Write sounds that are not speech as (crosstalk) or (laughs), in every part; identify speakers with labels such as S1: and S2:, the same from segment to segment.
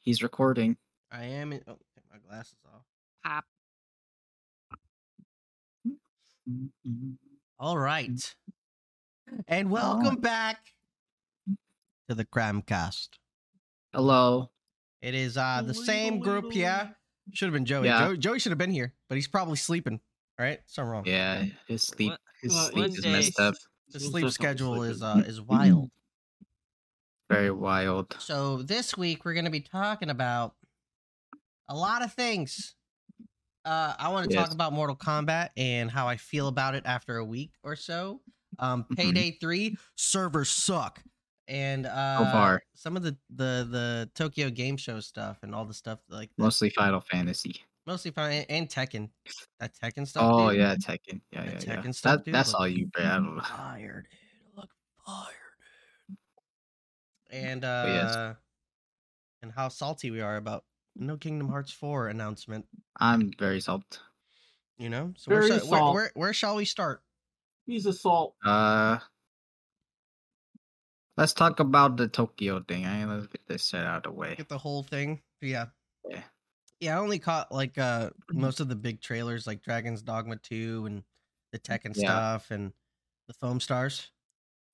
S1: He's recording.
S2: I am. In, oh, take my glasses off.
S3: Pop.
S2: Mm-hmm, All right, and welcome back to the Cramcast.
S1: Hello.
S2: It is uh the same group. Yeah, should have been Joey.
S1: Yeah.
S2: Joey, Joey should have been here, but he's probably sleeping. All right, something wrong.
S1: Yeah, his sleep
S3: What-
S1: his
S4: what-
S1: sleep
S4: what
S1: is
S4: day?
S1: messed up.
S2: the sleep schedule is uh is wild.
S1: Very wild.
S2: So this week we're going to be talking about a lot of things. Uh, I want to
S1: Yes.
S2: talk about Mortal Kombat and how I feel about it after a week or so. Um,
S1: Mhm.
S2: Payday three servers suck, and uh,
S1: far.
S2: some of the the the Tokyo Game Show stuff and all the stuff like the-
S1: Mostly Final Fantasy.
S2: mostly fine and Tekken, that Tekken stuff.
S1: Oh
S2: dude,
S1: yeah, Tekken. Yeah, yeah,
S2: That
S1: yeah.
S2: Tekken stuff, Uh,
S1: That-
S2: dude,
S1: that's
S2: like-
S1: all you bro. I don't
S2: (laughs)
S1: know.
S2: fire, dude. Look fire, dude. And uh
S1: Oh, yes.
S2: and how salty we are about no Kingdom Hearts 4 announcement,
S1: I'm very salty.
S2: you know? So where,
S4: Very
S2: shall, where,
S4: salt.
S2: where where shall we start?
S4: He's a salt.
S1: Uh let's talk about the Tokyo thing. I let's get this shit out of the way. (laughs)
S2: Get the whole thing. Yeah.
S1: Yeah. Mm-hmm.
S2: Yeah, I only caught like uh most of the big trailers like Dragon's Dogma 2 and the Tekken
S1: Mm, Yeah.
S2: stuff and the Foam Stars.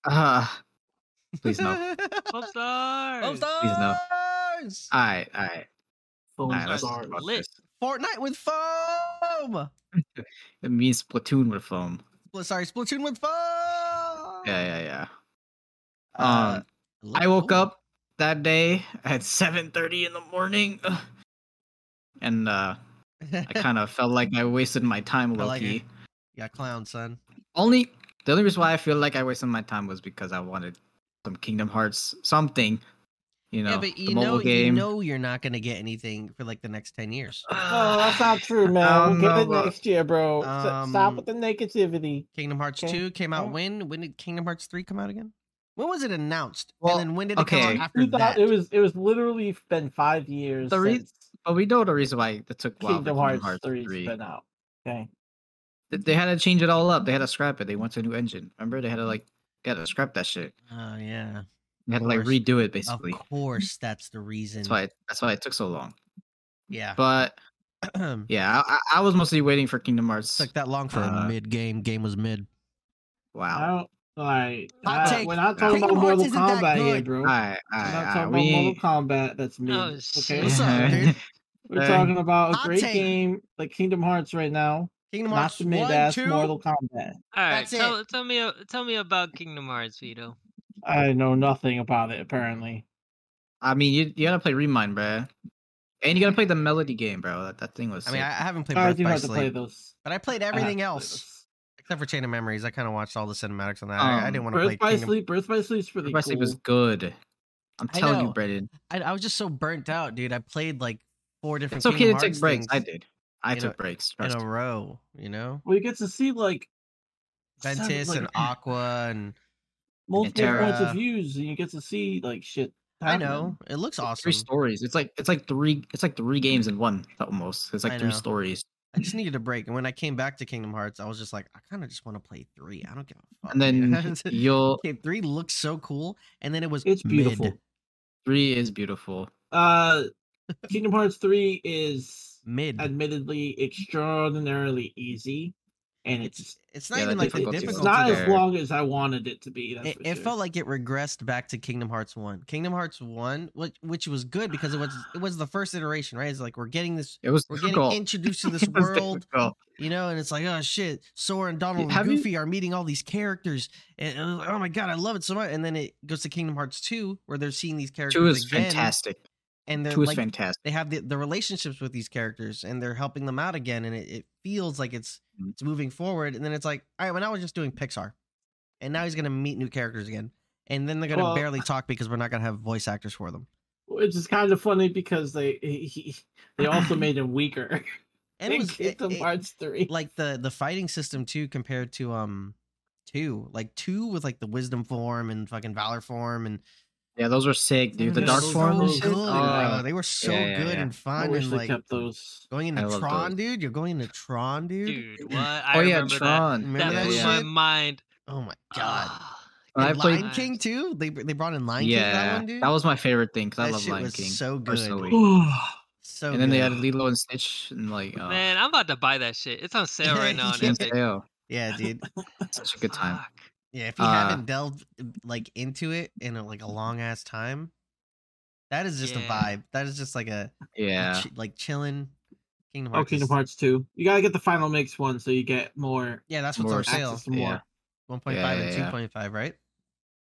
S1: Ah, please
S2: (laughs)
S1: no.
S4: Foam
S2: Foam
S4: stars.
S2: Stars.
S1: no. Ah. Alright, alright.
S4: Foam
S1: Alright, let's
S4: stars.
S1: talk about
S4: Lit.
S1: this.
S2: Fortnite with foam.
S1: It means platoon with foam.
S2: Spl- Sorry, Splatoon with foam.
S1: Yeah, yeah, yeah.
S2: Oh. Uh,
S1: Um,
S2: it
S1: I
S2: looked
S1: woke
S2: cool. (laughs)
S1: up that day at 7:30 in the morning, and uh,
S2: (laughs)
S1: I kind of felt like I wasted my time,
S2: I
S1: low
S2: like
S1: key.
S2: it. yeah, clown son.
S1: Only the only reason why I feel like I wasted my time was because I wanted some Kingdom Hearts something, you know,
S2: yeah, but
S1: the
S2: you
S1: mobile
S2: know, you
S1: game. (sighs)
S2: know, you're not gonna get anything for like the next ten years.
S4: Oh, that's
S2: (sighs)
S4: not true, man.
S1: don't
S4: We'll get
S1: know
S4: it
S1: about-
S4: next year, bro. S-
S2: Um,
S4: Stop with the negativity.
S2: Kingdom Hearts
S4: Okay.
S2: two came out
S4: Yeah.
S2: when? When did Kingdom Hearts three come out again? When was it announced?
S1: Well,
S2: and then when did it come
S1: okay.
S2: out after
S4: We thought
S2: that?
S4: it was it was literally been five years
S1: The re-
S4: since
S1: (sighs) but we know the reason why it took a while. for
S4: Kingdom Hearts three
S1: 3.
S4: has been out. Okay.
S1: Th- They had to change it all up. They had to scrap it. They went to a new engine. Remember, they had to like, they had to scrap that shit.
S2: Oh yeah,
S1: They had to like
S2: course.
S1: redo it
S2: of
S1: basically.
S2: course that's the reason.
S1: That's why. It, that's why it took so long.
S2: yeah,
S1: But
S2: (clears throat) took
S1: Yeah, I, I- I was mostly waiting for Kingdom Hearts.
S2: that long for
S1: Uh,
S2: a mid game. Game was mid.
S4: I
S1: Wow.
S4: don't like
S2: Hot
S4: I-
S2: take.
S4: we're not talking
S2: Kingdom
S4: about
S2: Hearts
S4: Mortal
S2: isn't that
S4: Kombat here,
S2: good.
S4: bro.
S1: All right, all
S4: We're not
S1: right, all
S4: talking
S1: right.
S4: about Mortal Kombat that's mid.
S3: Oh,
S4: okay.
S3: shit.
S1: (laughs)
S2: What's up, dude?
S4: (laughs) We're
S1: Hey.
S4: talking about a
S2: Hot
S4: great
S2: take.
S4: game like Kingdom Hearts right now.
S2: Kingdom
S4: Not
S2: Hearts
S4: the mid
S2: one,
S4: ass
S2: two.
S4: Mortal Kombat.
S3: All right,
S2: That's
S3: tell, tell me a- tell me about Kingdom Hearts, Vito.
S4: I know nothing about it apparently.
S1: I mean, you you gotta play Remind, bro, and you gotta play the Melody game, bro. That that thing was.
S2: I mean,
S1: sick.
S2: I, I haven't played
S4: I
S2: Birth
S4: do
S2: by
S4: have to play
S2: Sleep,
S4: those.
S2: but I played
S4: I have
S2: everything
S4: to play
S2: else.
S4: those.
S2: except for Chain of Memories. I kind of watched all the cinematics on that. I, I
S1: Um,
S2: didn't want to play
S4: Birth by
S2: Kingdom.
S4: Sleep. Birth by Sleep's pretty
S1: Birth by Sleep was
S4: cool.
S1: good. I'm
S2: I
S1: telling you,
S2: know.
S1: Brendan.
S2: I, I was just so burnt out, dude. I played like four different.
S1: It's okay
S2: Kingdom
S1: to take
S2: Hearts
S1: breaks. I
S2: things
S1: did. I
S2: in a-
S1: took breaks. Trust
S2: in a
S1: me.
S2: row. You know,
S4: Well, you get to see like seven-
S2: Ventus
S4: like,
S2: and Aqua, and
S4: multiple
S1: Terra.
S4: points of views, and you get to see like shit.
S2: I
S4: happening.
S2: know it looks awesome.
S1: Three stories. It's like it's like three. It's like three games in one almost. It's like
S2: I
S1: three
S2: know.
S1: stories.
S2: I just needed a break, and when I came back to Kingdom Hearts, I was just like, I kind of just want to play three. I don't give a fuck.
S1: And then
S2: (laughs) dude.
S1: you'll
S2: Okay, three looks so cool, and then it was
S4: It's beautiful.
S2: mid,
S1: three is beautiful.
S2: (laughs)
S4: Uh, Kingdom Hearts three is
S2: mid.
S4: admittedly extraordinarily easy, and it's
S2: It's it's not
S1: Yeah,
S2: even
S1: the
S2: like the
S1: difficulty
S2: difficulty.
S1: was-
S4: it's not as
S1: there.
S4: long as I wanted it to be. That's
S2: it,
S4: for
S2: it
S4: sure.
S2: felt like it regressed back to Kingdom Hearts One. Kingdom Hearts One, which which was good because it was it was the first iteration, right? It's like we're getting this,
S1: It was
S2: we're getting
S1: difficult.
S2: introduced
S1: (laughs)
S2: to
S1: It
S4: (laughs)
S2: this
S1: was
S2: world,
S1: difficult.
S2: you know, and it's like oh shit, Sora and Donald
S1: Have
S2: and
S1: you-
S2: Goofy are meeting all these characters, and and oh my god, I love it so much. And then it goes to Kingdom Hearts Two, where they're seeing these characters
S1: Two is
S2: again,
S1: fantastic.
S2: and they're
S1: Two is
S2: like
S1: fantastic.
S2: they have the, the relationships with these characters and they're helping them out again and it, it feels like it's
S1: Mhm.
S2: it's moving forward and then it's like all right well now we're just doing pixar and now he's gonna meet new characters again and then they're gonna
S4: Well-
S2: barely talk because we're not gonna have voice actors for them
S4: which is kind of funny because they he, he, they
S2: (laughs)
S4: also made him weaker
S2: and it
S4: in
S2: was it-
S4: Kingdom
S2: it-
S4: Hearts three.
S2: like the the fighting system too compared to um two like two with like the wisdom form and fucking valor form and
S1: Yeah, those were sick, dude. The
S2: They're
S1: dark
S2: so
S1: form.
S4: was-
S2: good,
S4: Oh,
S2: bro. they were so
S1: yeah, yeah,
S2: good
S1: yeah.
S2: and
S4: I
S2: fun
S4: wish
S2: and
S4: they
S2: like
S4: kept those.
S2: going
S1: I
S2: into
S1: love
S2: tron
S1: those.
S2: dude you're going into tron dude,
S3: Dude, what? I
S1: oh yeah,
S3: remember that.
S1: Tron.
S2: Remember
S3: That
S2: that
S3: blew
S2: shit?
S3: my mind.
S2: oh my god
S3: Ah,
S1: When I
S2: And
S1: played-
S2: Lion King too. They they brought in Lion King. for That
S1: yeah,
S2: one, dude.
S1: that was my favorite thing because I
S2: That
S1: love
S2: shit
S1: Lion
S2: was
S1: King
S2: so good.
S1: personally.
S2: so.
S1: and then they
S2: good.
S1: added Lilo and Stitch and like oh,
S3: Man, I'm about to buy that shit. It's on sale right now on
S2: Yeah.
S3: Epic.
S1: sale. (laughs)
S2: Yeah, dude.
S1: Such a good time.
S3: Fuck.
S2: Yeah, if you
S1: Uh,
S2: haven't delved like into it in a, like a long ass time, that is just a
S3: Yeah.
S2: vibe. That is just like a a
S1: Yeah,
S2: chi- like chilling Kingdom
S4: Oh,
S2: Hearts.
S4: Kingdom
S2: is-
S4: Hearts 2. You gotta get the final mix one so you get more
S2: Yeah, that's what's
S1: More
S2: on sale.
S4: access to more.
S1: Yeah.
S2: 1.5 and
S1: yeah, yeah.
S2: 2.5, right?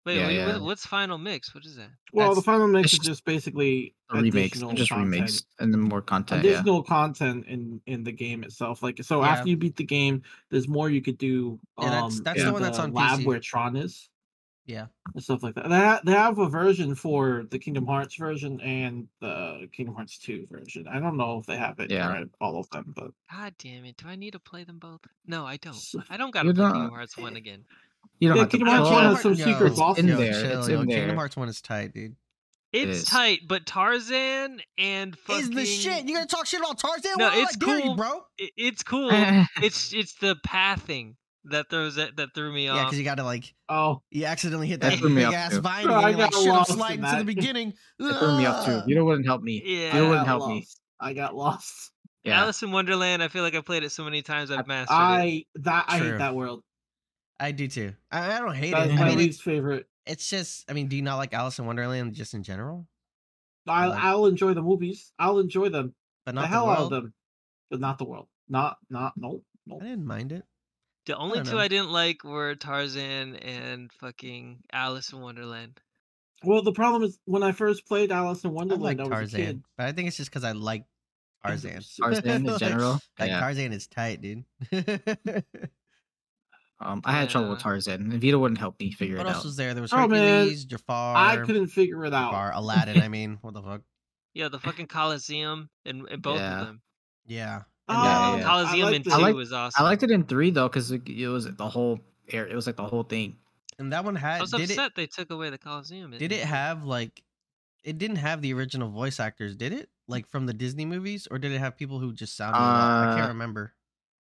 S3: Wait,
S1: Yeah,
S3: what-
S1: yeah.
S3: what- what's final mix? What is that?
S4: Well, the
S2: That's-
S4: final mix
S1: it's
S4: is just basically
S1: The remakes,
S4: additional
S1: just
S4: content.
S1: remakes, and then more content. Yeah,
S4: additional content in in the game itself. Like so,
S2: Yeah.
S4: after you beat the game, there's more you could do. Um,
S2: Yeah, that's- that's
S1: the
S4: in
S2: one that's on
S4: lab
S2: PC.
S4: where Tron is.
S2: Yeah.
S4: and stuff like that. They have, they have a version for the Kingdom Hearts version and the Kingdom Hearts two version. I don't know if they have it
S1: Yeah.
S4: for all of them, but
S3: God damn it! Do I need to play them both? No, I don't.
S4: So-
S3: I don't gotta
S1: You
S3: play
S1: don't-
S3: Kingdom Hearts one again.
S1: you don't
S4: Yeah,
S1: have to
S4: Kingdom
S1: play
S4: Hearts
S1: it.
S4: one has some
S2: Yo,
S4: secret
S2: yo,
S4: bosses.
S1: in there,
S2: chill,
S1: it's
S2: yo.
S1: in there.
S2: Kingdom Hearts one is tight, dude.
S1: is.
S3: It's tight, but Tarzan and fucking
S2: Is the shit? You gonna talk shit about Tarzan?
S3: No,
S2: Well, I
S3: it's
S2: dare you,
S3: cool.
S2: bro.
S3: i- it's
S1: (laughs)
S3: cool. it's it's the pathing that throws that, that threw me
S2: Yeah,
S3: off.
S2: because you gotta like
S4: oh,
S2: you accidentally hit
S1: That
S2: that
S1: threw me
S2: big
S1: off,
S2: ass
S1: too.
S2: vine.
S4: Bro,
S2: and
S4: I
S2: you're like,
S4: got
S2: shit, I'm
S4: lost in
S2: sliding to the
S4: that.
S2: beginning.
S1: It threw me off too. You wouldn't help me.
S3: yeah,
S1: You
S4: I
S1: wouldn't
S4: got
S1: help me.
S4: lost. I got lost.
S1: Yeah,
S3: Alice in Wonderland. I feel like I played it so many times. I've mastered it.
S4: I that I
S2: True.
S4: hate that world.
S2: I do too. I, I don't hate
S4: That's
S2: it.
S4: my
S2: I mean, it's,
S4: least favorite.
S2: it's just. I mean, do you not like Alice in Wonderland just in general?
S4: I'll,
S2: like-
S4: I'll enjoy the movies. I'll enjoy them.
S2: But not
S4: the
S2: the,
S4: hell out of
S2: world.
S4: them, but not the world. Not not no
S2: I
S4: no.
S2: didn't mind it.
S3: The only
S2: don't
S3: two
S2: know.
S3: I didn't like were Tarzan and fucking Alice in Wonderland.
S4: Well, the problem is when I first played Alice in
S2: I
S4: Wonderland,
S2: like
S4: I, was a kid.
S2: Tarzan, but I think it's just because I like
S4: and
S2: Tarzan. (laughs)
S4: s-
S1: Tarzan in
S2: Like-
S1: general.
S2: Like
S1: yeah,
S2: Tarzan is tight, dude. (laughs) what
S1: um, I had trouble with
S3: Yeah.
S1: Tarzan, and Vito wouldn't help me figure it
S2: else
S1: out.
S2: was there? There was
S4: Oh, man.
S2: Hercules, Jafar.
S4: I couldn't figure it out. (laughs)
S2: Jafar, Aladdin. I mean, what the fuck?
S3: Yeah, the fucking Coliseum and, and both
S1: Yeah.
S3: of them.
S2: Yeah.
S4: Oh,
S1: Yeah, yeah.
S4: I
S3: Coliseum
S4: like
S3: and
S4: the-
S3: two
S1: I like-
S3: was awesome.
S1: I liked it in three though, because it, it was the whole air. It was like the whole thing.
S2: And that one
S3: I
S2: had
S3: was
S2: did
S3: upset
S2: it
S3: they took away the Coliseum.
S2: did it have like it didn't have the original voice actors, did it? Like from the Disney movies, or did it have people who just sounded? it up? I
S1: Uh,
S2: can't remember.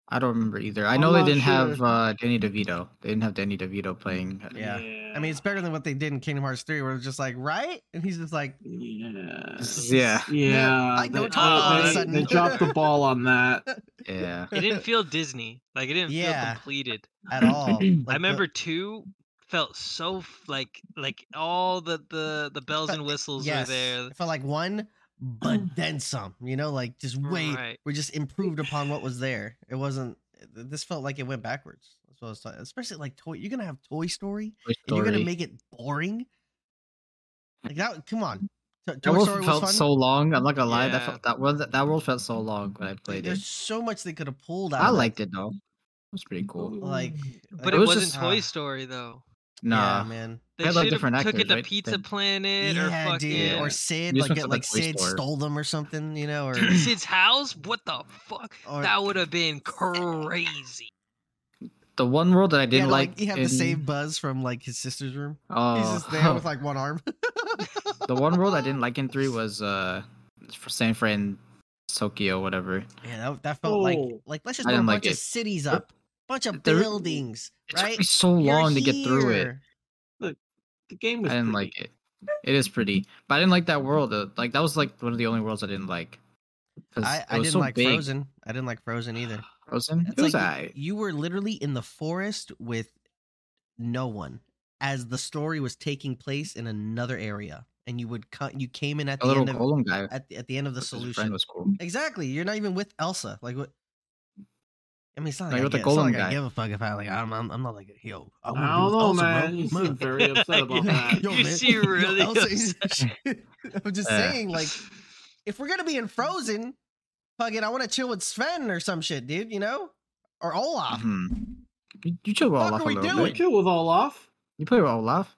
S1: I don't remember either. I
S4: I'm
S1: know they
S4: not
S1: didn't have
S4: sure.
S1: uh, Danny DeVito. They didn't have Danny DeVito playing. uh,
S2: Mm, (laughs) Yeah. I mean, it's better than what they did in Kingdom Hearts three, where it was just like right, (laughs) and he's just like,
S4: Yeah.
S1: Yeah,
S4: Yeah,
S2: I know
S4: they,
S2: Tarzan
S3: all of a
S4: they-
S2: sudden.
S4: they dropped the ball on that.
S1: yeah.
S2: (laughs)
S3: It didn't feel Disney. Like it didn't
S2: Yeah.
S3: feel completed.
S2: at all. Like, the-
S3: (laughs) I remember two felt so f- like like all the the the bells
S2: Fe-
S3: and whistles
S2: yes,
S3: were there.
S2: It felt like one,
S3: (clears throat)
S2: but then some. You know, like just way
S3: Right.
S2: we just improved upon what was there. It wasn't. th- This felt like it went backwards. That's what I was talking. Especially like toy. You're gonna have Toy Story,
S1: Toy
S2: and you're
S1: Story.
S2: gonna make it boring. Like that. Come on. To-
S1: that
S2: Toy
S1: world
S2: Story was
S1: felt
S2: fun.
S1: so long. I'm not gonna lie. That
S3: Yeah.
S1: felt, that world that world felt so long when I
S2: Like,
S1: played
S2: there's
S1: it.
S2: so much they could have pulled out.
S1: I
S2: of that.
S1: liked it though. It was pretty cool.
S2: Like,
S3: But
S1: It
S3: it,
S1: was
S3: was not
S1: just-
S3: Toy
S2: uh,
S3: Story though.
S1: Nah,
S2: yeah, man.
S3: They
S1: had, like,
S3: should
S1: different
S3: have took
S1: actors,
S3: it to
S1: right?
S3: Pizza
S1: Then-
S3: Planet or
S2: yeah,
S3: fucking
S2: dude. Or
S1: Yeah.
S2: Sid,
S1: You just went
S2: like get
S1: to the
S2: like
S1: toy
S2: Sid
S1: store.
S2: stole them or something, you
S3: (clears throat)
S2: know, or (clears throat)
S3: Sid's house. What the fuck?
S2: Or-
S3: that would have been crazy.
S1: the one world that I
S2: you
S1: didn't
S2: had to,
S1: like.
S2: you have
S1: in-
S2: to save Buzz from like his sister's room.
S1: (laughs) Oh, (laughs)
S2: He's just there with like one arm. (laughs)
S1: the one world I didn't like in three was uh, for San Fran, Tokyo, whatever.
S2: Yeah, that, that felt like
S4: Oh.
S2: like let's just
S1: I
S2: put a
S1: didn't
S2: bunch
S1: like
S2: of
S1: it.
S2: cities up, bunch of
S1: There-
S2: buildings,
S1: It
S2: right?
S1: took me so
S2: You're
S1: long to get through it.
S2: here.
S4: the game
S1: I
S4: was.
S1: didn't like it. It is pretty, but I didn't like that world. uh, Like that was like one of the only worlds I didn't like. 'Cause
S2: I,
S1: it
S2: I
S1: was
S2: didn't
S1: so
S2: like
S1: big.
S2: Frozen. I didn't like Frozen either.
S1: Frozen?
S2: It's
S1: It was
S2: like you-
S1: alright.
S2: you were literally in the forest with no one as the story was taking place in another area, and you would cut. You came in at
S1: The
S2: the
S1: little
S2: end of
S1: golem guy. with
S2: at the, at the end of the
S1: his friend
S2: solution.
S1: was cool.
S2: Exactly. You're not even with Elsa. Like what? I mean, it's not
S1: No,
S2: like,
S1: you're
S2: I,
S1: with the
S2: get, it's not
S1: golem
S2: like I
S1: guy.
S2: give a fuck if I like. I'm, I'm, I'm not like yo. I, wanna
S4: I
S2: be
S4: don't
S2: with
S4: know,
S2: Elsa, bro.
S4: man. You
S2: Move.
S4: (laughs) seem very upset about that.
S3: You
S2: man. (laughs)
S3: seem really
S2: Elsa is- (laughs)
S3: upset.
S2: I'm
S1: (laughs)
S2: just
S1: Yeah.
S2: saying, like, if we're gonna be in Frozen, fucking, I want to chill with Sven or some shit, dude. You know, or Olaf.
S1: Mhm. You, you chill with
S2: Ah. Fuck
S1: Olaf
S2: are
S1: a
S2: we
S1: little
S2: doing?
S1: bit.
S4: You chill with Olaf.
S1: You play with Olaf?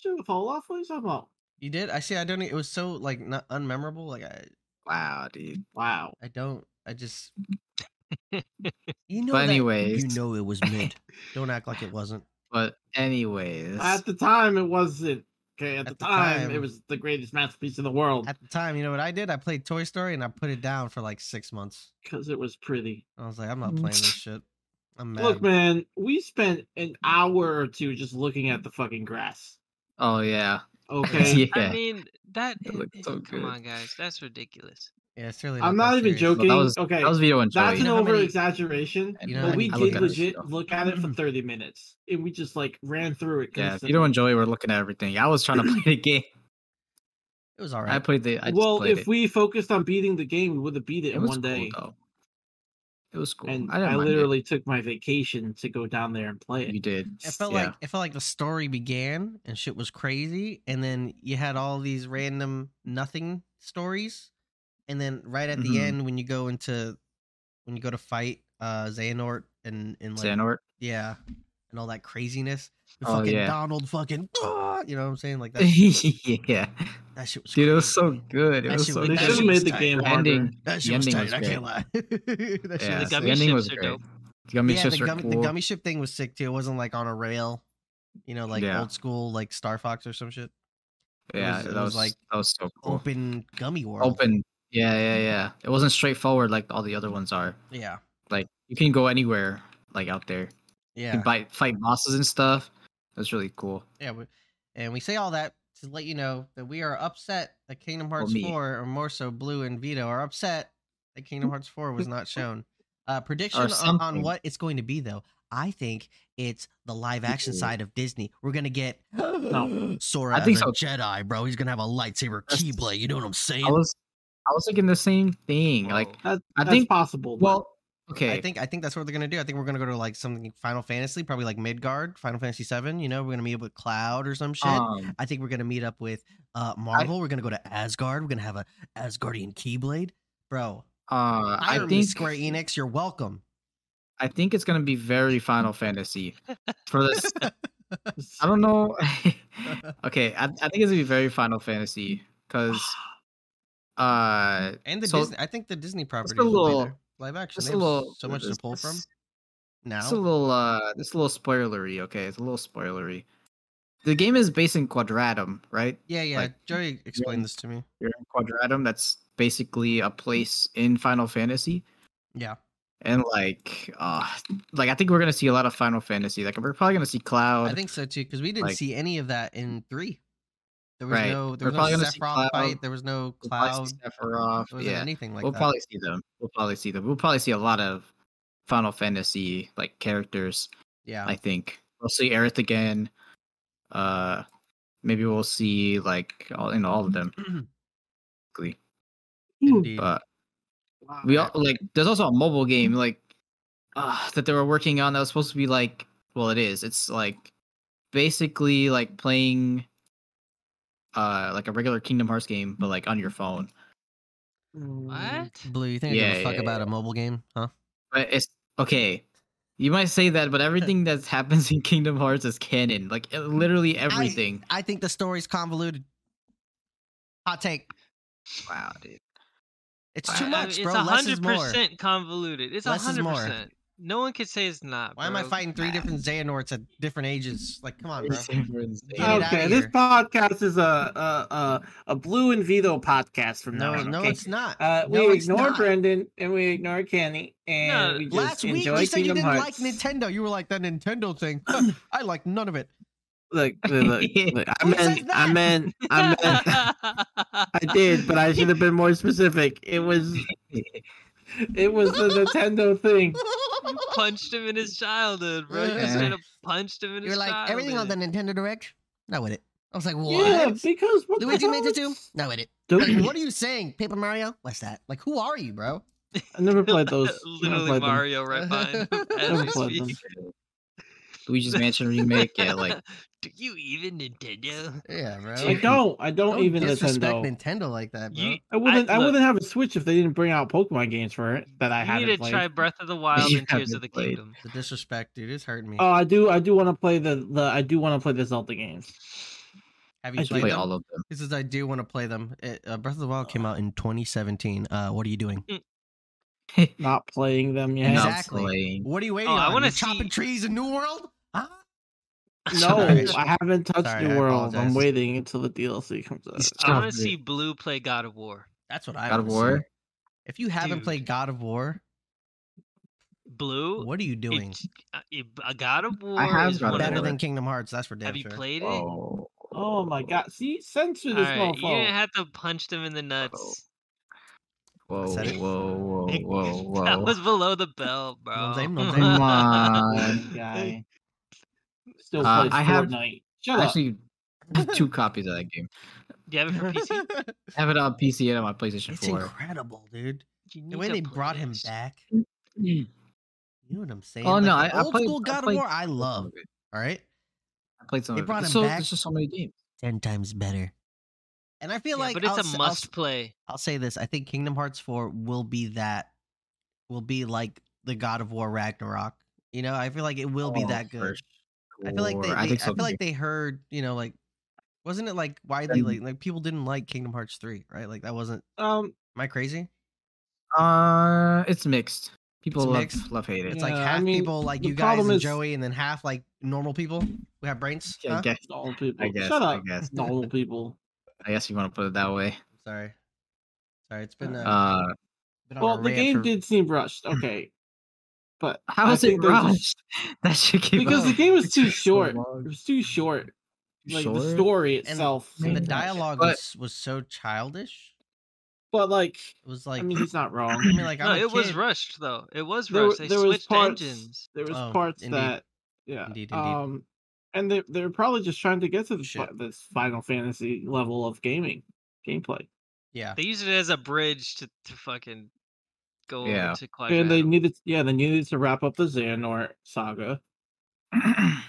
S4: Chill with Olaf. What are you talking about?
S2: You did. I see. I don't. e- It was so like not unmemorable. Like I,
S1: Wow, dude.
S4: Wow.
S2: I don't.
S1: (laughs)
S2: I just. You know.
S1: But
S2: that-
S1: anyways.
S2: you know it was mid. Don't act like
S1: (laughs)
S2: it wasn't.
S1: But anyways,
S4: At the time, it wasn't. Okay, at, the, time,
S2: time.
S4: it was the greatest masterpiece in the world
S2: At the time, you know what I did? I played Toy Story and I put it down for like six months.
S4: because it was pretty.
S1: (laughs)
S2: I was like, I'm not playing this shit. I'm mad.
S4: Look, man, we spent an hour or two just looking at the
S1: (laughs)
S4: fucking grass.
S1: Oh yeah.
S4: Okay.
S1: (laughs) Yeah.
S3: I mean, that.
S1: It
S3: It
S1: looked so good.
S3: Come on, guys, that's ridiculous.
S2: yeah, it's really.
S4: I'm
S2: not
S4: not
S2: that
S4: even
S2: serious.
S4: joking.
S1: Well, that was-
S4: okay.
S1: That was video and
S4: That's
S1: Joey.
S4: an
S2: know how many-
S4: over exaggeration.
S1: I
S2: You know
S4: but
S2: how
S4: we
S2: many- I look
S4: did
S2: at this
S4: legit
S1: stuff.
S4: look at
S1: (laughs)
S4: it for 30 minutes and we just like ran through it.
S1: Yeah,
S4: Constantly.
S1: Vito and Joey were looking at everything. I was trying to (laughs) play the game.
S2: It was all
S1: I
S2: right.
S1: played the. I just
S4: well,
S1: played
S4: if
S1: it.
S4: we focused on beating the game, we would have beat it,
S1: it
S4: in
S1: was
S4: one
S1: cool,
S4: day.
S1: Though. It was cool.
S4: And
S1: I
S4: I,
S1: didn't mind it.
S4: literally took my vacation to go down there and play it.
S1: You did.
S2: It felt
S1: yeah.
S2: like it felt like the story began and shit was crazy, and then you had all these random nothing stories, and then right at the
S1: Mhm.
S2: end when you go into when you go to fight uh Xehanort and and like
S1: Xehanort.
S2: yeah, and all that craziness, the
S1: Oh,
S2: fucking
S1: yeah.
S2: Donald fucking (laughs) "Ah," you know what I'm saying
S1: (laughs)
S2: like that
S1: yeah,
S2: that shit was
S1: dude, it was
S2: crazy,
S1: so
S2: man.
S1: good. It
S2: That
S1: was
S2: shit
S1: so
S2: was-
S4: They
S2: that
S4: should
S2: shit
S4: have
S1: good.
S2: was
S4: made the
S2: tight.
S4: game
S1: The
S4: harder.
S1: ending,
S2: That
S1: The
S2: shit was
S1: ending
S2: tight.
S1: was
S2: I
S1: great.
S2: can't lie. (laughs) that
S1: yeah,
S2: shit
S1: the
S2: was
S3: gummy
S1: ending
S3: ships
S1: was
S3: are
S1: great.
S3: dope.
S1: The gummy
S2: yeah,
S1: ships
S2: the
S1: are
S2: gummy,
S1: cool.
S2: the gummy ship thing was sick too. It wasn't like on a rail, you know, like
S1: Yeah.
S2: old school, like Star Fox or some shit. it
S1: yeah,
S2: was-
S1: that
S2: it was
S1: was
S2: like
S1: like that was so cool.
S2: Open gummy world.
S1: Open. Yeah, yeah, yeah. It wasn't straightforward like all the other ones are.
S2: Yeah,
S1: Like you can go anywhere, like out there. You
S2: yeah,
S1: can fight fight bosses and stuff. That's really cool.
S2: yeah. we- And we say all that to let you know that we are upset that Kingdom Hearts
S1: me.
S2: Four, or more so, Blue and Vito are upset that Kingdom Hearts Four was
S1: (laughs)
S2: not shown. Uh, prediction on, on
S1: something.
S2: what it's going to be though. I think it's the live action
S1: Ooh.
S2: side of Disney. We're
S1: (gasps)
S2: gonna get Sora
S1: I
S2: as
S1: think
S2: a
S1: so.
S2: Jedi, bro. He's gonna have a lightsaber
S1: That's-
S2: keyblade. You know what I'm saying?
S1: I was I was thinking the same thing. Like
S3: Whoa.
S4: That,
S1: I
S4: that's
S1: think-
S4: possible. but
S1: well okay.
S2: Oh, I think I think that's what they're gonna do. I think we're gonna go to like something Final Fantasy, probably like Midgard, Final Fantasy Seven. You know, we're gonna meet up with Cloud or some shit.
S1: um,
S2: I think we're gonna meet up with uh Marvel. we're gonna go to Asgard. We're gonna have a Asgardian Keyblade, bro.
S1: uh,
S2: I
S1: I
S2: me,
S1: think
S2: Square Enix,
S1: (laughs)
S2: you're welcome.
S1: I think it's gonna be very Final Fantasy for
S2: (laughs)
S1: this. I don't know. (laughs) okay, I, I think it's gonna be very Final Fantasy
S2: (sighs)
S1: because uh,
S2: And the
S1: So-
S2: Disney, I think the Disney property
S1: little-
S2: live action.
S1: just
S2: They
S1: a
S2: have
S1: little.
S2: so much to
S1: it's-
S2: pull from
S1: it's-
S2: now.
S1: It's a little. Uh, it's a little spoilery. Okay, it's a little spoilery. The game is based in Quadratum, right?
S2: yeah, yeah.
S1: like,
S2: Joey explained
S1: really-
S2: this to me.
S1: You're in Quadratum. That's basically a place in Final Fantasy.
S2: Yeah.
S1: And like, uh, like I think we're gonna see a lot of Final Fantasy. Like we're probably gonna see Cloud.
S2: I think so too, because we didn't
S1: Like-
S2: see any of that in three. There was
S1: Right.
S2: no there
S1: We're
S2: was
S1: probably
S2: no
S1: gonna see
S2: Sephiroth
S1: Cloud.
S2: fight. There was no
S1: We'll probably
S2: Cloud. um,
S1: see Sephiroth.
S2: There wasn't
S1: Yeah,
S2: anything like
S1: we'll
S2: that.
S1: probably see them. We'll probably see them. We'll probably see a lot of Final Fantasy like characters.
S2: yeah. (clears throat)
S1: I think we'll see Aerith again. Uh, maybe we'll see like all you know all of them. basically.
S2: Indeed.
S1: But
S4: Wow.
S1: we all like there's also a mobile game like uh, that they were working on that was supposed to be like well it is it's like basically like playing uh like a regular Kingdom Hearts game but like on your phone.
S4: Mm,
S3: What?
S2: Blue, you think I give a
S1: Yeah,
S2: fuck
S1: yeah,
S2: about a mobile game, huh?
S1: But it's okay. You might say that,
S2: (laughs)
S1: but everything that happens in Kingdom Hearts is canon. Like e- literally everything.
S2: I think the story's convoluted. Hot take.
S1: Wow, dude.
S2: It's
S1: Wow.
S2: too
S1: I-
S3: I mean,
S2: much,
S3: it's
S2: bro. Less is more.
S3: percent convoluted. It's
S2: Less is
S3: hundred
S2: more.
S3: percent. No one can say it's not.
S2: Why am I
S3: bro.
S2: fighting three
S3: (laughs)
S2: different Xehanorts at different ages? Like, come on, Oh, bro. Get it
S1: (laughs)
S2: outta
S4: Okay, this
S2: here.
S4: podcast is a a, a a blue and veto podcast from now
S2: No,
S4: on.
S2: no,
S4: okay?
S2: it's not.
S4: Uh, we
S2: no, it's
S4: ignore
S2: not.
S4: Brendan and we ignore Kenny and
S3: No,
S4: we just
S2: Last week
S4: enjoy
S2: you said you
S4: Kingdom
S2: didn't
S4: Hearts.
S2: like Nintendo. You were like that Nintendo thing. Huh, I like none of it.
S4: Look, look, look,
S2: (laughs)
S4: look, I
S2: Who says
S4: meant, I
S2: that?
S4: meant, I meant,
S2: (laughs)
S4: I did, but I should have been more specific. It was, it was the Nintendo
S2: (laughs)
S4: thing.
S3: you punched him in his childhood, bro. You
S1: Yeah.
S3: should have punched him in
S2: You're
S3: his
S2: like
S3: childhood.
S2: everything on the Nintendo Direct. Not with it. I was like, what?
S4: Yeah, because what the (laughs)
S2: Luigi
S4: hell
S2: made it
S4: is-
S2: too. Not with it. Like,
S4: Dude,
S2: what are you saying, Paper Mario? What's that? Like, who are you, bro?
S4: I never played
S3: (laughs)
S4: those. Never
S3: Literally
S4: played them. (laughs)
S3: Mario right behind him as
S4: Never
S3: we
S4: played them.
S3: speak.
S1: Luigi's Mansion remake, yeah,
S2: (laughs)
S1: like
S3: (laughs) Do you even Nintendo?
S2: Yeah, bro.
S4: I don't. I don't, even
S2: disrespect
S4: Nintendo.
S2: Nintendo like that, bro.
S3: You
S4: I wouldn't. I,
S3: look,
S4: wouldn't have a Switch if they didn't bring out Pokemon games for it that I
S3: you need
S4: haven't
S3: to
S4: played.
S3: try Breath
S1: (laughs)
S3: of the Wild
S1: You
S3: and Tears of
S1: haven't
S3: the
S1: played.
S3: Kingdom.
S2: the disrespect, dude, is hurting me.
S4: Oh, I do. I do want to play the, the. I do want to play the Zelda games.
S2: Have
S4: I
S2: you
S4: should
S1: play
S2: played them?
S1: all of them.
S2: He says, "I do want to play them." It, uh, Breath of the Wild came out in 2017. Uh, what are you doing?
S4: Not playing them yet.
S1: Not
S2: Exactly.
S1: playing.
S2: What are you waiting
S3: Oh,
S2: on?
S3: I
S2: You're
S3: wanna
S2: chopping
S3: see-
S2: trees in New World. Huh?
S4: No,
S2: Sorry.
S4: I haven't touched
S2: Sorry, I
S4: New World. I'm
S2: apologize.
S4: waiting until the DLC comes out.
S3: I want
S1: Stop
S3: to
S1: it.
S3: see Blue play God of War.
S2: That's what I
S1: God of
S2: wanna see.
S1: War.
S2: If you haven't
S3: Dude.
S2: played God of War,
S3: Blue.
S2: What are you doing?
S3: It's- uh, it- a God of War
S1: have
S3: is
S1: God
S3: one
S1: of
S3: of
S2: Better
S1: War.
S3: the-
S2: than Kingdom Hearts, that's for damn
S3: Have you
S2: sure.
S3: played it?
S1: Oh,
S4: Oh
S1: (laughs)
S4: my god. See, censor this
S3: Alright, you didn't
S4: mofo.
S3: have to punch them in the
S1: Oh,
S3: nuts.
S1: whoa,
S2: Is
S1: whoa,
S2: that it?
S1: whoa,
S3: Like,
S1: oh,
S2: (laughs)
S1: whoa,
S3: (laughs) That
S1: whoa!
S3: was below the belt, bro.
S2: I'm saying,
S3: (laughs)
S2: I'm saying.
S1: Come on.
S4: Guy. Still
S1: Uh,
S4: plays
S1: I have-
S4: Fortnite. Shut
S2: (laughs)
S4: up.
S1: Actually, two copies of that game.
S3: Do you have it
S1: (laughs)
S3: for PC?
S1: I have it on PC and on my PlayStation
S2: it's
S1: 4.
S2: incredible, dude.
S3: You
S2: The
S3: need
S2: way
S3: to
S2: they
S3: play
S2: brought him
S3: this.
S2: back.
S1: Mm.
S2: You know what I'm saying?
S1: Oh,
S2: Like,
S1: no,
S2: the
S1: I- I
S2: old
S1: played-
S2: school
S1: I
S2: God
S1: played-
S2: of War I
S1: (laughs)
S2: love. All right,
S1: I played some
S2: They
S1: of
S2: brought
S1: it. It's
S2: him
S1: so,
S2: back.
S1: There's just so many games.
S2: ten times better. And I feel
S3: Yeah,
S2: like
S3: but it's
S2: I'll
S3: a
S2: s- I'll s-
S3: must play.
S2: I'll say this: I think Kingdom Hearts Four will be that, will be like the God of War Ragnarok. You know, I feel like it will be
S1: Oh,
S2: that
S1: for
S2: good. I feel like they,
S1: sure.
S2: they- I,
S1: think so
S2: feel
S1: too.
S2: like they heard, you know, like wasn't it like widely
S1: And-
S2: like like people didn't like Kingdom Hearts three, right? Like that wasn't.
S4: Um,
S2: Am I crazy?
S1: Uh, it's mixed. People love
S2: mixed?
S1: love hate it.
S2: It's like
S4: Yeah, I
S2: half
S4: mean,
S2: people like
S4: the
S2: you guys
S4: problem
S2: and
S4: is-
S2: Joey, and then half like normal people who have brains.
S1: I
S2: huh?
S1: guess.
S4: normal people.
S1: I guess.
S4: Shut
S1: I
S4: up.
S1: guess. (laughs)
S4: Normal people.
S1: I guess you want to put it that way.
S2: Sorry, sorry, it's been. Uh,
S1: Uh,
S2: been on a
S4: Well, the
S2: rant
S4: game
S2: for-
S4: did
S1: (laughs)
S4: seem rushed. Okay. But
S1: how
S4: I
S1: is it
S4: think they're just-
S1: rushed? (laughs) That should keep
S4: because the
S2: up.
S4: game was
S1: It's
S4: too
S1: just (laughs) so
S4: short.
S1: long.
S4: It was too short. Like the
S1: Short? (clears throat)
S4: story itself.
S2: And the
S1: Maybe.
S2: dialogue
S1: But-
S2: was, was so childish.
S4: But like,
S2: It was like
S4: I mean, he's not wrong.
S2: (clears throat) I mean, like
S3: No,
S2: I'm a
S3: it was
S2: kid.
S3: rushed though. It was
S4: There were-
S3: rushed. They
S4: there was
S3: switched
S4: parts-
S3: engines.
S4: There was
S2: Oh,
S4: parts
S2: indeed.
S4: that, yeah.
S2: Indeed, indeed.
S4: Um, and they they're probably just trying to get to this,
S2: Shit.
S4: fi- this Final Fantasy level of gaming gameplay,
S2: Yeah,
S3: They used it as a bridge to, to fucking go over
S1: Yeah.
S3: to
S2: Oh,
S3: Quadrado.
S4: and they needed, yeah, they needed to wrap up the Xehanort saga.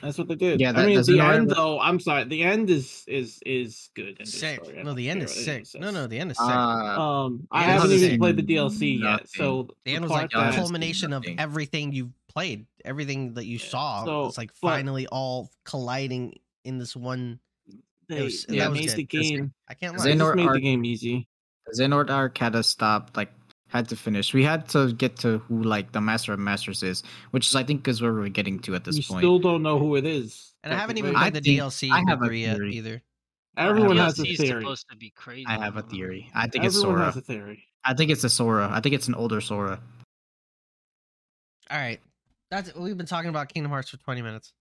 S4: That's what they did.
S1: Yeah,
S4: I
S1: that-
S4: mean,
S1: that's
S4: the
S1: another-
S4: end though. I'm sorry, the end is is is good. in this
S2: sick.
S4: story, I
S2: No,
S4: don't
S2: the end
S4: care
S2: is
S4: what anyone
S2: sick. No,
S4: says.
S2: no, the end is sick.
S1: uh,
S4: Um, I
S2: Yeah,
S4: haven't
S2: it's
S4: even
S2: the
S4: played the
S1: same.
S4: DLC yet, so
S2: the end was
S4: part
S2: like the
S1: that is
S2: culmination of
S1: nothing.
S2: everything you've played, everything that you
S4: Yeah,
S2: saw.
S4: so-
S2: it's like
S4: but-
S2: finally all colliding in this one.
S4: they,
S2: was-
S4: they
S1: that was
S4: made the
S2: good. That's
S4: game.
S2: I can't
S1: Is
S4: They
S2: lie.
S1: it
S4: just
S1: Xehanort
S4: made the
S1: Arc-
S4: game easy.
S1: Xehanort Arc had to stop, like, had to finish. We had to get to who, like, the Master of Masters is, which is, I think, is where we're getting to at this
S4: You
S1: point.
S4: still don't know who it is,
S2: And I haven't even
S4: technically.
S1: I
S2: played the
S1: think-
S2: DLC
S1: I have
S2: for
S1: a
S2: three yet
S1: theory.
S2: either.
S4: Everyone
S1: I
S4: has a
S3: DLC is
S4: theory.
S3: supposed to be crazy.
S1: I have a
S3: don't know.
S1: theory. I think it's
S4: Everyone
S1: Sora.
S4: has a theory.
S1: I think it's a Sora. I think it's an older Sora.
S2: All right, that's we've been talking about Kingdom Hearts for twenty minutes.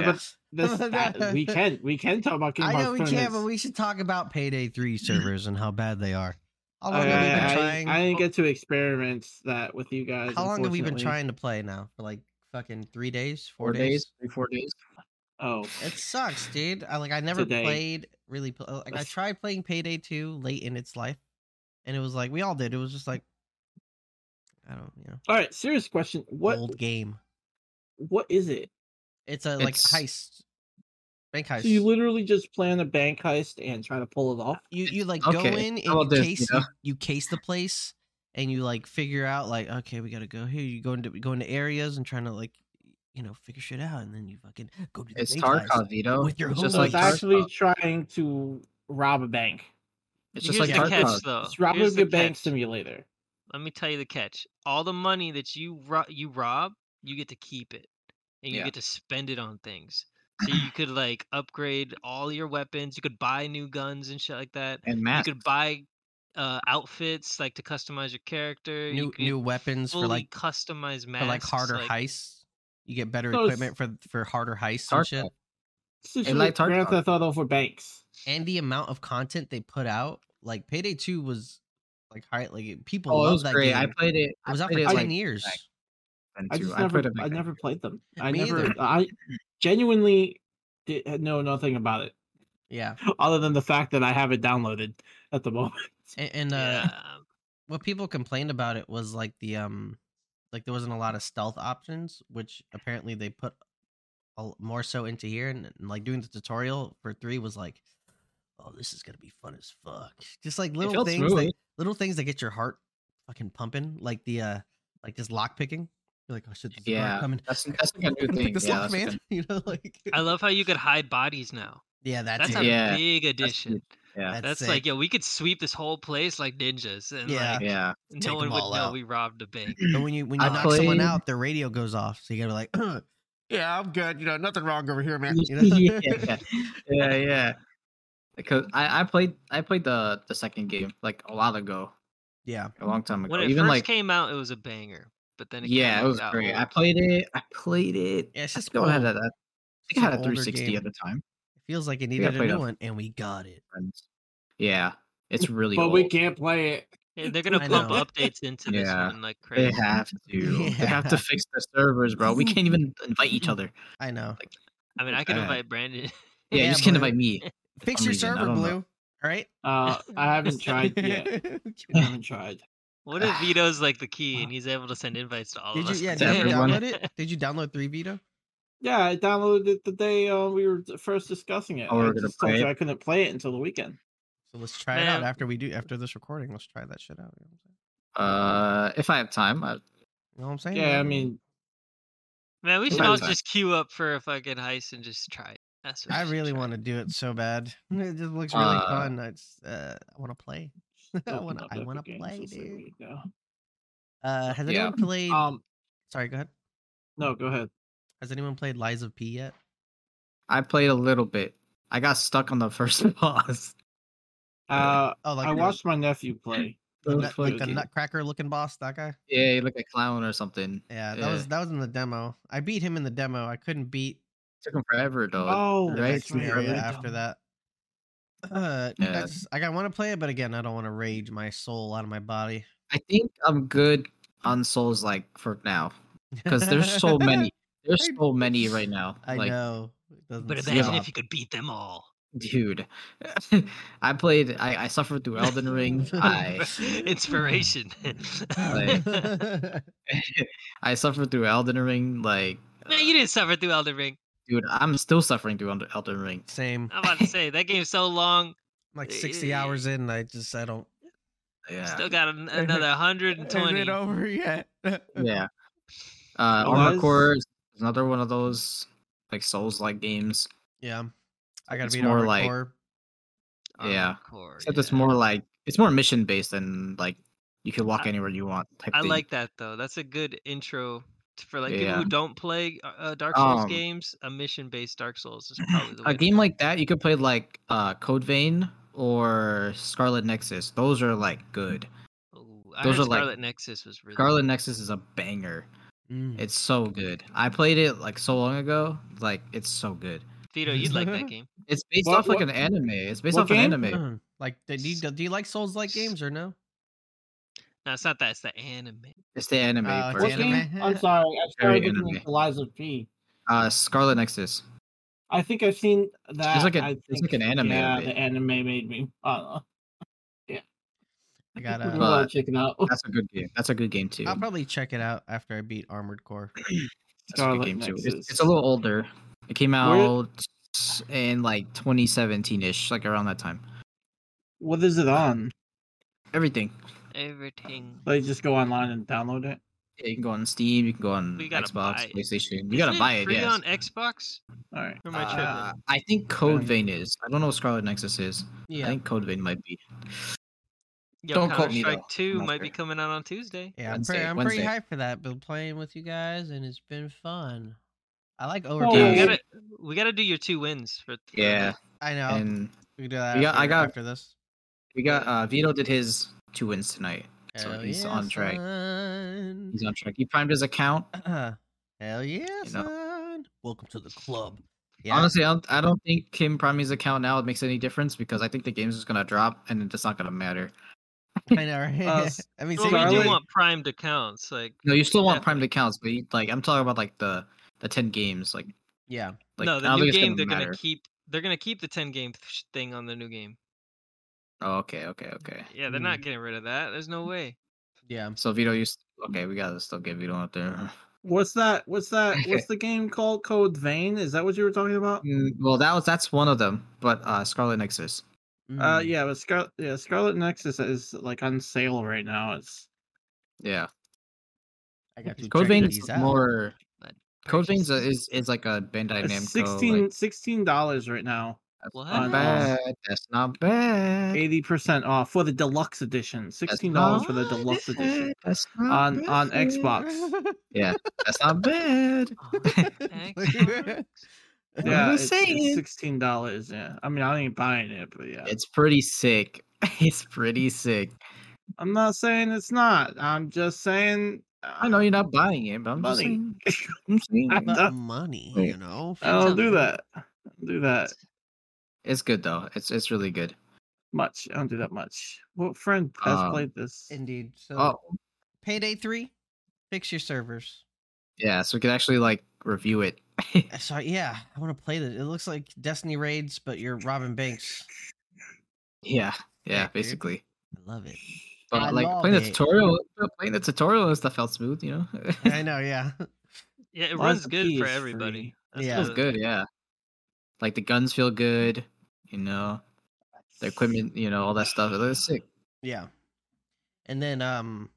S1: Yeah.
S2: (laughs)
S4: but this, that, we can we can talk about Kingdom
S2: I know
S4: Hearts
S2: we can't, but
S4: tournaments.
S2: we should talk about Payday
S4: (clears throat)
S2: Three servers and how bad they are. How
S4: I,
S2: long have we been
S4: Oh, I-
S2: trying?
S4: I didn't get to experiment that with you guys.
S2: how long have we been
S4: unfortunately.
S2: trying to play now? For like fucking three days, four,
S1: Four
S2: days?
S1: days? Three, four days?
S4: Oh,
S2: It sucks, dude. I like I never
S4: Today.
S2: played really pl- uh, like I
S4: That's-
S2: tried playing Payday 2 late in its life and it was like we all did. It was just like I don't, you know,
S4: all right. Serious question. What
S2: old game.
S4: what is it?
S2: It's a like
S1: It's-
S2: heist. Bank heist.
S4: So you literally just plan a bank heist and try to pull it off?
S2: you you like go
S1: Okay,
S2: in and
S1: how
S2: you
S1: about this, you
S2: case
S1: know?
S2: you, you case the place and you like figure out like okay we gotta go here you go into go into areas and trying to like you know figure shit out and then you fucking go do the
S1: It's
S2: bank heist.
S1: Tarkov, Vito.
S2: With your
S1: it's just
S4: So
S1: like
S4: it's actually
S1: Tarkov.
S4: trying to rob a bank.
S1: It's just
S3: Here's
S1: like
S3: the catch,
S1: Tarkov.
S3: though.
S2: Uh,
S4: It's robbing
S3: Here's the
S4: a bank
S3: catch.
S4: simulator.
S3: Let me tell you the catch. All the money that you ro- you rob, you get to keep it, and you
S1: Yeah.
S3: get to spend it on things. So you could like upgrade all your weapons. You could buy new guns and shit like that.
S1: And Matt.
S3: You could buy uh, outfits like to customize your character. you
S2: new
S3: could
S2: new weapons for
S3: fully
S2: like
S3: customize masks
S2: for like harder
S3: like-
S2: heists. You get better
S4: So it's-
S2: equipment for for harder heists
S1: Tarkov.
S2: and shit.
S4: It's just
S1: like
S4: like Grand
S1: Tarkov.
S4: Theft Auto for banks.
S2: And the amount of content they put out, like Payday Two was like high. Like people
S1: Oh, it
S2: love
S1: was
S2: that
S1: great.
S2: game.
S1: I played it.
S2: it was
S1: I
S2: out for
S1: played
S2: ten
S1: it like
S2: years.
S1: back then,
S4: I
S1: too.
S4: just
S1: I
S4: never,
S1: played it back
S4: I,
S1: then.
S4: never played them. I
S2: Me
S4: never,
S2: either.
S4: I genuinely did, know nothing about it
S1: (laughs)
S2: Yeah,
S4: other than the fact that I have it downloaded at the (laughs) moment.
S2: and, and uh,
S3: Yeah.
S2: what people complained about it was like the um, like there wasn't a lot of stealth options, which apparently they put a, l- more so into here. And, and, like doing the tutorial for three was like, oh, this is gonna be fun as fuck. Just like
S1: It
S2: little
S1: felt
S2: things that
S1: smooth.
S2: little things that get your heart fucking pumping, like the uh like just lock picking. You're like, oh shit, there's a
S1: Yeah.
S2: guard coming.
S1: That's, that's like a
S2: (laughs) I'm
S1: new
S2: gonna
S1: thing.
S2: Pick this
S1: yeah,
S2: lock,
S1: that's like
S2: man. (laughs) You know, like
S3: I love how you could hide bodies now.
S2: yeah, that's
S3: That's,
S2: it.
S3: a
S1: Yeah,
S3: big addition.
S1: a- yeah.
S3: That's,
S2: sick.
S3: like, yo, we could sweep this whole place like ninjas, and
S2: Yeah. (laughs)
S3: like,
S1: a- yeah.
S2: Take
S3: no one
S2: them
S3: would
S2: all
S3: know
S2: out.
S3: we robbed a
S2: (clears throat)
S3: bank.
S2: But when you when you
S1: I
S2: knock someone
S1: played-
S2: out, their radio goes off, so you gotta be like, (clears throat) yeah, I'm good. You know, nothing wrong over
S1: (laughs)
S2: here, man. You know?
S1: yeah, yeah, yeah, yeah. Because I, I played I played the the second game like a while ago,
S2: (laughs) yeah.
S1: a long time ago.
S3: When it
S2: "Oh,
S1: Even
S3: first
S1: like
S3: came out, it was a banger. But then it kinda
S1: yeah, it
S3: like
S1: was
S3: got
S1: great. I
S3: old.
S1: played it. I played it.
S2: Yeah, it's
S1: I
S2: just
S1: still had that.
S2: old.
S1: I
S2: It's
S1: think I
S2: an
S1: had a
S2: older
S1: 360
S2: game.
S1: at the time.
S2: It feels like it
S1: I
S2: needed a
S1: played
S2: new
S1: a-
S2: one, and we got it.
S1: friends. Yeah, it's really
S4: (laughs) but
S1: old.
S4: we can't play it.
S3: Yeah,
S2: (laughs)
S3: they're gonna
S2: I
S3: pump
S2: know.
S3: updates into this
S1: Yeah,
S3: one like
S1: They
S3: crazy.
S1: have to. They have
S2: Yeah.
S1: to fix the servers, bro. We can't even invite each other.
S2: I know.
S3: I mean, I can
S1: bad.
S3: invite Brandon. (laughs)
S1: Yeah,
S2: Yeah,
S1: you just can't
S2: Blue.
S1: invite me.
S2: Fix
S1: some
S2: your
S1: reason, I
S2: server,
S1: don't know.
S2: Blue. All right.
S4: Uh, I haven't
S2: (laughs)
S4: tried yet.
S1: (laughs)
S4: I haven't tried.
S3: What if Vito's like the
S2: (laughs)
S3: key and he's able to send invites to all
S2: Did
S3: of
S2: you?
S3: us?
S2: Yeah.
S1: To
S2: Did you
S3: (laughs)
S1: everyone.
S2: download
S1: (laughs)
S2: it? Did you download Three Vito?
S4: Yeah, I downloaded it the day uh, we were first discussing it.
S1: Oh, we're
S4: I
S1: gonna
S4: just told
S1: play
S4: you
S1: it?
S4: I couldn't play it until the weekend.
S2: So let's try it out
S3: Man.
S2: after we do after this recording. Let's try that shit out. You
S1: Uh, if I have time, I,
S2: know what I'm saying?
S4: Yeah, I mean,
S3: Man, we should
S1: Fine,
S3: all
S1: fine.
S3: just queue up for a fucking heist and just try it. That's what
S2: I
S3: we should
S2: really
S3: try.
S2: want to do it so bad. (laughs) It just looks really
S1: Uh,
S2: fun. I just, uh, I want to play. (laughs) I
S4: opened
S2: want
S4: up
S2: I
S4: Epic
S2: want to
S4: Games,
S2: play,
S4: let's see where
S2: dude.
S4: you go.
S2: Uh, has
S1: Yeah.
S2: anyone played?
S4: Um,
S2: sorry, go ahead.
S4: no, go ahead.
S2: Has anyone played Lies of P yet?
S1: I played a little bit. I got stuck on the (laughs) first boss.
S4: Uh,
S2: Oh, like
S4: I
S2: the-
S4: watched my nephew play.
S2: the,
S1: That
S2: nut,
S1: was
S2: like the
S4: fucking-
S2: Nutcracker looking boss. That guy.
S1: Yeah, you look like a clown or something.
S2: Yeah, that
S1: Yeah.
S2: was that was in the demo. I beat him in the demo. I couldn't beat
S1: took him forever though.
S4: Oh,
S2: the
S1: right,
S2: next
S1: from the
S2: area
S1: early
S2: after that. (clears throat) Uh,
S1: Yeah.
S2: that's, like I want to play it, but again, I don't want to rage my soul out of my body
S1: I think I'm good on souls like for now because there's
S2: (laughs)
S1: so many. There's
S2: I-
S1: so many right now.
S2: I
S1: like,
S2: know. It doesn't
S3: But
S1: Yeah.
S3: imagine
S2: stop.
S3: if you could beat
S2: (laughs)
S3: them all. (laughs)
S1: dude, (laughs) I played. I, I suffered through Elden Ring. I
S3: Inspiration.
S1: Like-
S2: (laughs)
S1: I suffered through Elden Ring. Like,
S3: (laughs) Man, you didn't suffer through Elden Ring.
S1: dude, I'm still suffering through Elden- Elden Ring.
S2: Same.
S3: I'm about to say that game's so long.
S2: like 60 hours in, I just I don't
S1: Yeah,
S3: Still got an, another 120.
S2: it over yet. (laughs)
S1: yeah. Uh,
S4: It
S1: Armor
S4: was-
S1: Core is another one of those like Souls like games.
S3: Oh,
S2: yeah. I gotta
S1: It's
S2: beat
S1: more
S2: Armored
S1: like-
S2: Core.
S1: Yeah.
S3: Core,
S1: Except it's
S3: yeah.
S1: more like it's more mission based than like you can walk
S3: I-
S1: anywhere you want. Type
S3: I
S1: thing.
S3: like that though. That's a good intro t- for like people
S1: Yeah.
S3: who don't play uh, uh, Dark Souls
S1: Um,
S3: games. A mission-based Dark
S1: (clears throat)
S3: Souls is probably the way
S1: a
S3: to
S1: game
S3: go.
S1: like that. You could play like uh, Code Vein or Scarlet Nexus. Those are like good.
S3: Ooh, I
S1: those
S3: heard
S1: are, like,
S3: Scarlet Nexus was really
S1: Scarlet Nexus is a banger.
S2: Mm.
S1: It's so good. I played it like so long ago. Like it's so good.
S3: Vito, you'd like
S1: (laughs)
S3: that game.
S1: It's based
S4: What-
S1: off like
S4: what-
S1: an anime. It's based
S4: what
S1: off
S4: game?
S1: an anime.
S2: Mm. (clears throat) Like do you, do you like Souls like games or no?
S3: No, it's not that. It's the anime.
S1: It's the anime
S2: Oh, it's
S1: version.
S4: What
S2: anime.
S4: game? I'm sorry, I
S1: Very
S4: started looking
S1: anime.
S4: into Liza P.
S1: Uh, Scarlet Nexus.
S4: I think I've seen that.
S1: like a-
S4: I
S1: there's like an
S4: think-
S1: anime of
S4: Yeah,
S1: it.
S4: the anime made me. I don't know. (laughs) Yeah,
S2: I gotta-
S4: We're gonna
S1: But-
S4: check it out.
S1: uh, That's a good game. That's a good game too.
S2: I'll probably check it out after I beat Armored
S1: (clears throat)
S2: Core.
S1: That's a
S4: (laughs) Scarlet
S1: good game too.
S4: Nexus.
S1: It's, it's a little older. It came
S4: Where-
S1: out in like 2017 ish, like around that time.
S4: What is it on?
S1: Everything.
S3: Everything.
S4: Like, just go online and download it.
S1: Yeah, you can go on Steam. You can go on
S3: We gotta
S1: Xbox,
S3: buy it.
S1: PlayStation. You gotta buy it.
S3: Free
S1: Yes.
S3: on Xbox.
S4: All right.
S3: Or am I tripping?
S1: Uh, I think Code Vein is. I don't know what Scarlet Nexus is. I
S2: Yeah.
S1: think Code Vein might be.
S3: Yo,
S1: don't quote me, though.
S3: Counter-Strike Two
S1: I'm not
S3: might be
S1: sure.
S3: coming out on Tuesday.
S2: Yeah, I'm,
S1: Wednesday-
S2: pretty, I'm
S1: Wednesday.
S2: pretty hyped for that. Been playing with you guys and it's been fun. I like
S4: Oh,
S2: Overwatch.
S3: Dude, we
S4: yeah.
S3: gotta we gotta do your two wins for. for
S1: Yeah.
S2: I know.
S1: And
S2: we can do that
S1: we got-
S2: after,
S1: I got-
S2: after this.
S1: we got uh Vito did his two wins tonight. So he's on track.
S2: son.
S1: He's on track. He primed his account.
S2: Uh-uh. Hell yeah,
S1: know.
S2: son. Welcome to the club. Yeah.
S1: Honestly, I don't, I don't think him priming his account now makes any difference because I think the game's just gonna drop and it's not gonna matter.
S2: I know. right?
S4: Uh, s-
S2: (laughs) I mean,
S3: Well,
S2: same
S3: we
S4: Scarlet-
S3: do
S2: thing.
S3: want primed accounts. Like
S1: (laughs) No, you still want
S3: Definitely.
S1: primed accounts, but you, like I'm talking about like the the ten games. Like
S2: yeah.
S1: like
S3: no,
S1: I
S3: the
S1: don't
S3: new
S1: think it's
S3: game they're
S1: matter.
S3: gonna keep. They're gonna keep the ten game th- thing on the new game.
S1: Oh, okay, okay, okay.
S3: Yeah, they're
S2: Mm.
S3: not getting rid of that. There's no way.
S2: Yeah.
S1: So Vito, you s- okay? We gotta still get Vito out there.
S4: What's that? What's
S1: (laughs)
S4: that?
S1: Okay.
S4: What's the game called? Code Vein? Is that what you were talking about?
S1: (laughs) Mm, Well, that was that's one of them, but uh Scarlet Nexus.
S4: Uh,
S1: Hmm.
S2: Mm.
S4: yeah, but Scar- yeah, Scarlet Nexus is like on sale right now. It's
S1: Yeah,
S2: I got to
S1: Code
S2: check
S1: Vein
S2: these
S1: is
S2: out. (laughs)
S1: more.
S3: But
S1: Code Vein's a,
S3: purchase-
S1: is is like a Bandai
S4: it's
S1: Namco.
S4: 16
S1: like,
S4: dollars right now.
S1: that's
S3: What?
S1: not bad. That's not bad.
S4: Eighty percent off for the deluxe edition.
S1: That's
S4: Sixteen dollars
S1: not
S4: for the deluxe edition. (laughs)
S1: bad, That's not
S4: On- on
S1: bad.
S4: Xbox.
S1: That's not bad.
S3: on Xbox?
S1: (laughs) I'm
S4: Yeah,
S1: just
S4: it's, it's
S1: saying.
S4: sixteen dollars. Yeah, I mean, I ain't buying it, but yeah,
S1: It's pretty sick. (laughs) It's pretty sick.
S4: I'm not saying it's not. I'm just saying
S1: I know you're not buying it, but I'm just
S4: Money.
S1: saying. I'm saying
S4: I-
S1: it.
S2: But money, you know.
S4: I don't do that. I don't do that
S1: it's good though. It's it's really good.
S4: much. I don't do that much. What friend has
S1: Um,
S4: played this?
S2: Indeed. So
S1: Oh
S2: payday three, fix
S1: (laughs)
S2: your servers.
S1: yeah, so we could actually like review it. (laughs)
S2: So yeah, I want to play this. It looks like Destiny raids, but you're Robin Banks.
S1: yeah, yeah,
S2: dude.
S1: basically.
S2: I
S1: (laughs)
S2: love it.
S1: But
S2: I
S1: like
S2: love
S1: playing
S2: it.
S1: the tutorial, playing the tutorial and stuff felt smooth. You know, (laughs)
S2: I know. Yeah. (laughs)
S3: Yeah, it
S4: Why is
S3: runs
S4: the
S3: good for
S4: PS3?
S3: everybody. That's
S2: Yeah.
S1: feels
S3: the-
S1: good. Yeah, like the guns feel good. You know, the equipment. You know, all that stuff. It looks sick.
S2: Yeah. And then um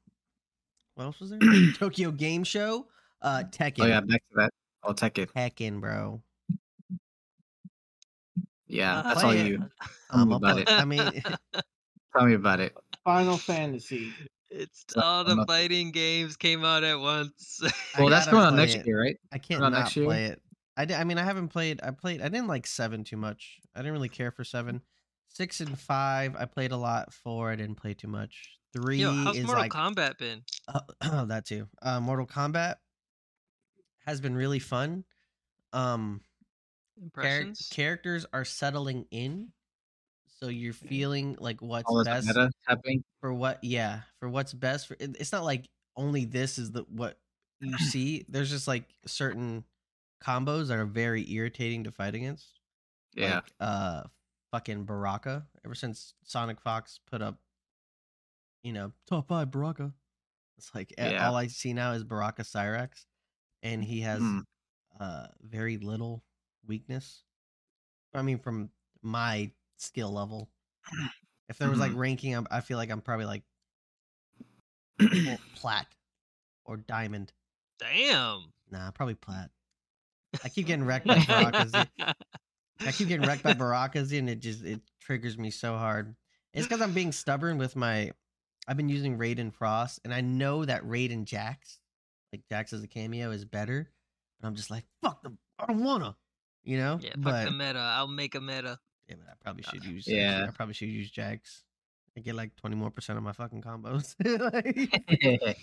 S2: what else was there?
S1: (clears throat)
S2: Tokyo Game Show. Uh Tekken.
S1: Oh yeah, back to that. I'll take it.
S2: Tekken, bro.
S1: Yeah,
S3: Uh,
S1: that's all
S2: play it.
S1: you. Tell
S2: Um, I'm
S1: me
S2: up
S1: about
S2: on-
S1: it. (laughs)
S2: I mean (laughs)
S1: Tell me about it.
S4: Final Fantasy.
S3: It's
S1: Uh,
S3: all
S1: I'm
S3: the
S1: not-
S3: fighting games came out at once. (laughs)
S2: I
S1: Well, that's
S2: gotta
S1: going on
S2: play
S1: next
S2: it.
S1: year, right?
S2: I can't
S1: Around
S2: not
S1: next year?
S2: play it. I di- I mean I haven't played I played I didn't like seven too much. I didn't really care for seven. Six and five I played a lot. Four I didn't play too much. Three
S3: Yo, how's
S2: is
S3: Mortal
S2: like
S3: Kombat been?
S2: (clears throat) that too. Uh, Mortal Kombat has been really fun. Um, char-
S3: Impressions?
S2: characters are settling in, so you're feeling like what's
S1: All this
S2: best
S1: meta happening.
S2: for what. Yeah, for what's best for. it- It's not like only this is the what you see. There's just like certain combos that are very irritating to fight against.
S1: Yeah,
S2: (laughs) Like, uh, fucking Baraka. Ever since Sonic Fox put up, you know, top five Baraka. It's like eh,
S1: Yeah.
S2: all I see now is Baraka Cyrax, and he has
S1: Hmm.
S2: uh very little weakness. I mean, from my skill level, if there was like
S1: Mm-hmm.
S2: ranking, I'm, I feel like I'm
S1: (coughs)
S2: probably like well, plat or diamond.
S3: Damn.
S2: Nah, probably plat. I keep getting wrecked
S1: (laughs)
S2: by Baraka's.
S3: (laughs)
S2: I keep getting wrecked by Baracas and it just it triggers me so hard. It's because I'm being stubborn with my. I've been using Raiden Frost, and I know that Raiden Jax, like Jax as a cameo, is better. But I'm just like, fuck them. I don't wanna, you know.
S3: Yeah, fuck Uh,
S2: but,
S3: the meta. I'll make a meta.
S2: yeah, but I probably should use.
S1: yeah.
S2: I probably should use Jax. I get like 20 more percent of my fucking combos. (laughs) Mm-hmm. like,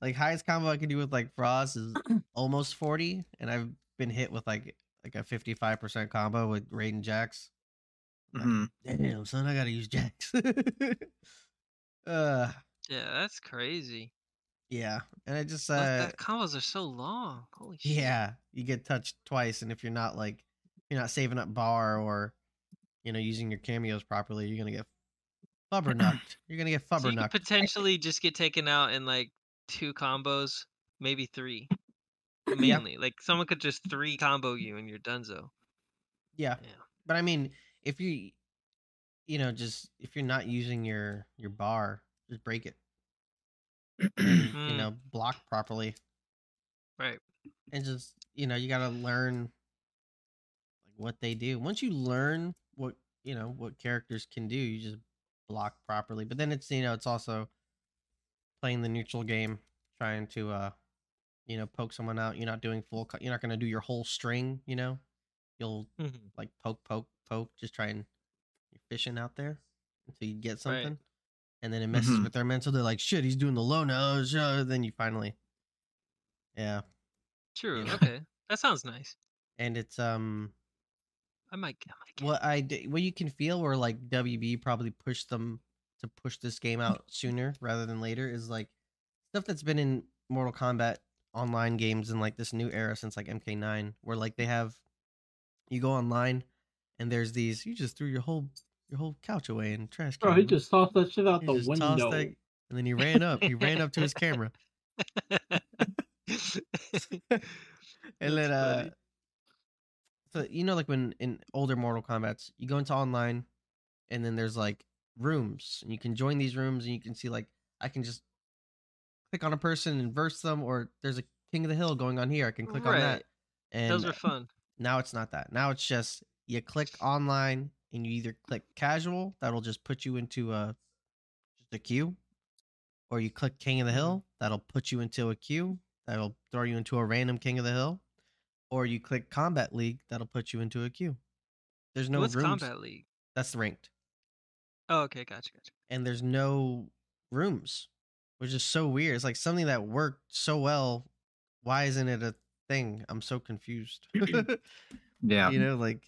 S2: like highest combo I can do with like Frost is almost 40, and I've been hit with like like a 55 percent combo with Raiden Jax.
S1: Mhm.
S2: Damn, son, I gotta use jacks. (laughs) uh,
S3: Yeah, that's crazy.
S2: yeah, and I just
S3: Those-
S2: uh,
S3: that combos are so long. Holy shit.
S2: yeah, you get touched twice, and if you're not like, you're not saving up bar or, you know, using your cameos properly, you're gonna get fubbernucked. you're gonna get
S3: (clears throat) So you could
S2: fubbernucked.
S3: potentially just get taken out in like two combos, maybe three. Mainly, like someone could just three combo you and you're donezo.
S2: yeah,
S3: Yeah.
S2: but I mean, if you, you know, just if you're not using your your bar, just break it. (clears throat) and, You
S3: Mm.
S2: know, block properly.
S3: Right.
S2: and just you know you got to learn like what they do once you learn what you know what characters can do you just block properly but then it's you know it's also playing the neutral game trying to uh you know poke someone out you're not doing full co- you're not going to do your whole string you know you'll
S3: Mhm.
S2: like poke poke poke just try and you're fishing out there until you get
S3: Right.
S2: something and then it messes
S1: Mhm.
S2: with their mental they're like shit he's doing the low now so then you finally yeah
S3: True.
S2: know.
S3: Okay. That sounds nice.
S2: and it's um
S3: I might. I might get
S2: what I d- what you can feel where like WB probably pushed them to push this game
S4: Mm.
S2: out sooner rather than later is like stuff that's been in Mortal Kombat online games in like this new era since like MK9 where like they have you go online and there's these you just threw your whole your whole couch away in a trash can.
S4: Bro, he just tossed that shit out
S2: You
S4: the
S2: just tossed
S4: window.
S2: that- and
S4: (laughs)
S2: then he ran up. He ran up to his camera. (laughs) and
S3: That's
S2: then uh
S3: funny.
S2: so you know like when in older mortal kombats you go into online and then there's like rooms and you can join these rooms and you can see like i can just click on a person and verse them or there's a king of the hill going on here i can click on that
S3: Right.
S2: and
S3: Those were fun.
S2: now it's not that now it's just you click online and you either click casual that'll just put you into a just a queue or you click king of
S3: Mm-hmm.
S2: the hill that'll put you into a queue that'll throw you into a random king of the hill or you click combat league that'll put you into a queue there's no
S3: What's
S2: rooms
S3: combat league?
S2: that's ranked
S3: Oh, okay. Gotcha. Gotcha.
S2: and there's no rooms which is so weird. It's like something that worked so well. Why isn't it a thing? I'm so
S3: (clears throat)
S2: confused. (laughs)
S1: Yeah.
S2: you know, like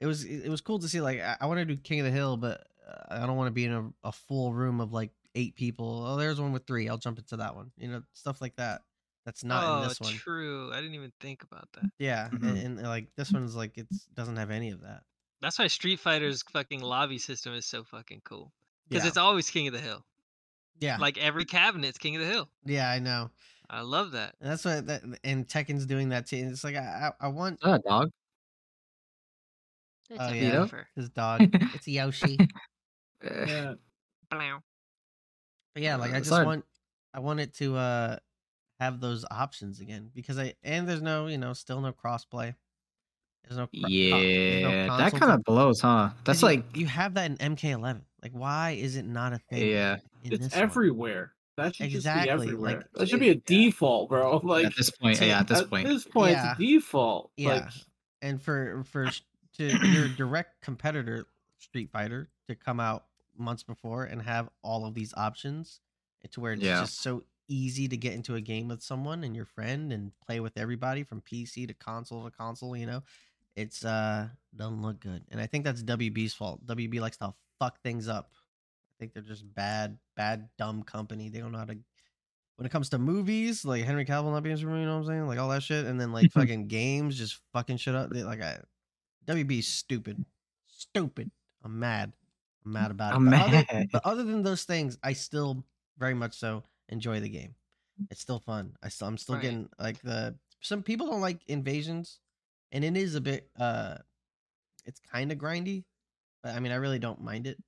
S2: it was it was cool to see. Like I, I want to do King of the Hill, but uh, I don't want to be in a, a full room of like eight people. Oh, there's one with three. I'll jump into that one. You know, stuff like that. That's not
S3: oh,
S2: in this one.
S3: true. Mm-hmm. I didn't even think about that.
S2: Yeah,
S1: Mhm.
S2: and, and, like this one's like it doesn't have any of that.
S3: That's why Street Fighter's fucking lobby system is so fucking cool. Because
S2: Yeah,
S3: it's always King of the Hill.
S2: yeah,
S3: Like every cabinet's King of the Hill.
S2: yeah. I know.
S3: I love that.
S2: And that's what that and Tekken's doing that too. And it's like I I, I
S3: (laughs)
S2: want
S1: Is that a dog?
S3: It's
S2: Oh,
S3: a
S2: yeah.
S3: buffer.
S2: his dog. it's Yoshi.
S1: Eh,
S4: Yeah.
S3: Meow.
S2: But yeah, like I
S1: Uh,
S2: just
S1: sorry.
S2: want I want it to uh have those options again because I and there's no you know still no crossplay. There's no cro- co- there's no
S1: Yeah, that
S2: console
S1: kind
S2: to-
S1: of blows, huh? That's
S2: you-
S1: like,
S2: you have that in MK11. Like why is it not a thing?
S1: yeah.
S2: in
S4: it's
S2: this one?
S4: everywhere. That should
S2: Exactly,
S4: just be everywhere.
S2: like,
S4: that should be a
S2: it-
S4: default, bro. (laughs) Like
S1: at this point,
S2: to-
S1: yeah. At this point,
S4: At this point,
S2: Yeah.
S4: it's a default.
S2: Yeah.
S4: Like,
S2: and for
S1: (coughs)
S2: for s- to your direct competitor Street Fighter to come out months before and have all of these options to where it's
S1: Yeah.
S2: just so easy to get into a game with someone and your friend and play with everybody from PC to console to console, you know. It's uh doesn't look good. And I think that's WB's fault. WB likes to fuck things up. I think they're just bad, bad, dumb company. They don't know how to when it comes to movies, like Henry Cavill not being Superman, you know what I'm saying? Like all that shit, and then
S1: (laughs)
S2: like fucking games, just fucking shit up. They, like I, WB's stupid, stupid. I'm mad. I'm mad about it.
S1: I'm
S2: but other-
S1: mad.
S2: but other than those things, I still very much so enjoy the game. It's still fun. I still, I'm still
S3: Right.
S2: getting like the some people don't like invasions, and it is a bit uh, it's kind of grindy, but I mean I really don't mind it,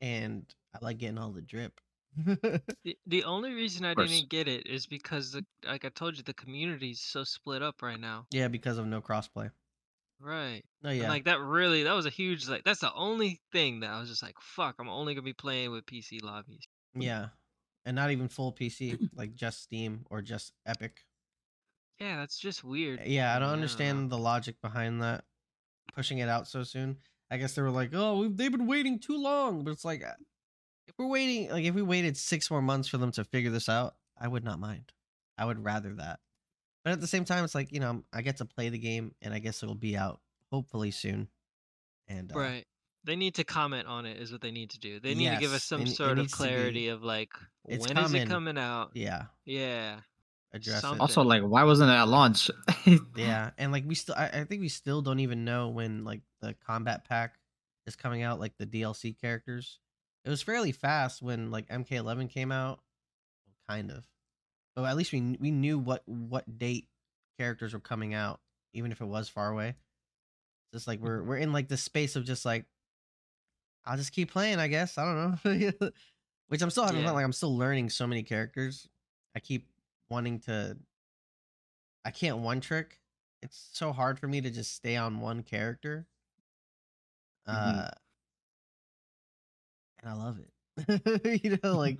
S2: and I like getting all the
S3: (laughs)
S2: drip.
S3: The, the only reason I
S1: course.
S3: didn't get it is because, the, like I told you, the community's so split up right now.
S2: yeah, because of no crossplay.
S3: Right.
S2: No,
S3: And
S2: yeah.
S3: like that really, that was a huge, like, that's the only thing that I was just like, fuck, I'm only going to be playing with PC lobbies.
S2: Yeah. And not even full PC, like just Steam or just Epic.
S3: Yeah, that's just weird.
S2: Eh, Yeah, I
S3: Yeah.
S2: don't understand the logic behind that pushing it out so soon. I guess they were like, "Oh, we've, they've been waiting too long," but it's like uh, if we're waiting, like if we waited six more months for them to figure this out, I would not mind. I would rather that. But at the same time, it's like you know, I'm- I get to play the game, and I guess it'll be out hopefully soon. And uh,
S3: Right. They need to comment on it, is what they need to do. They need to give
S2: Yes,
S3: us
S2: it
S3: some
S2: ne- it
S3: sort of
S2: needs to be-
S3: clarity of like, when
S2: It's
S3: is
S2: coming.
S3: it coming out?
S2: yeah,
S3: Yeah.
S2: address it.
S1: (laughs)
S3: Something.
S1: also like, why wasn't it at launch? (laughs)
S2: (clears throat) Yeah, and like we still, I, I think we still don't even know when like the combat pack is coming out, like the DLC characters. It was fairly fast when like MK11 came out, kind of. But at least we kn- we knew what what date characters were coming out, even if it was far away. Just like we're we're in like this space of just like, I'll just keep playing, I guess. I don't know, (laughs) which I'm still having
S3: Yeah.
S2: fun. Like I'm still learning so many characters. I keep wanting to. I can't one trick. It's so hard for me to just stay on one character.
S1: Mhm.
S2: Uh, and I love it. (laughs) you
S1: (laughs)
S2: know, like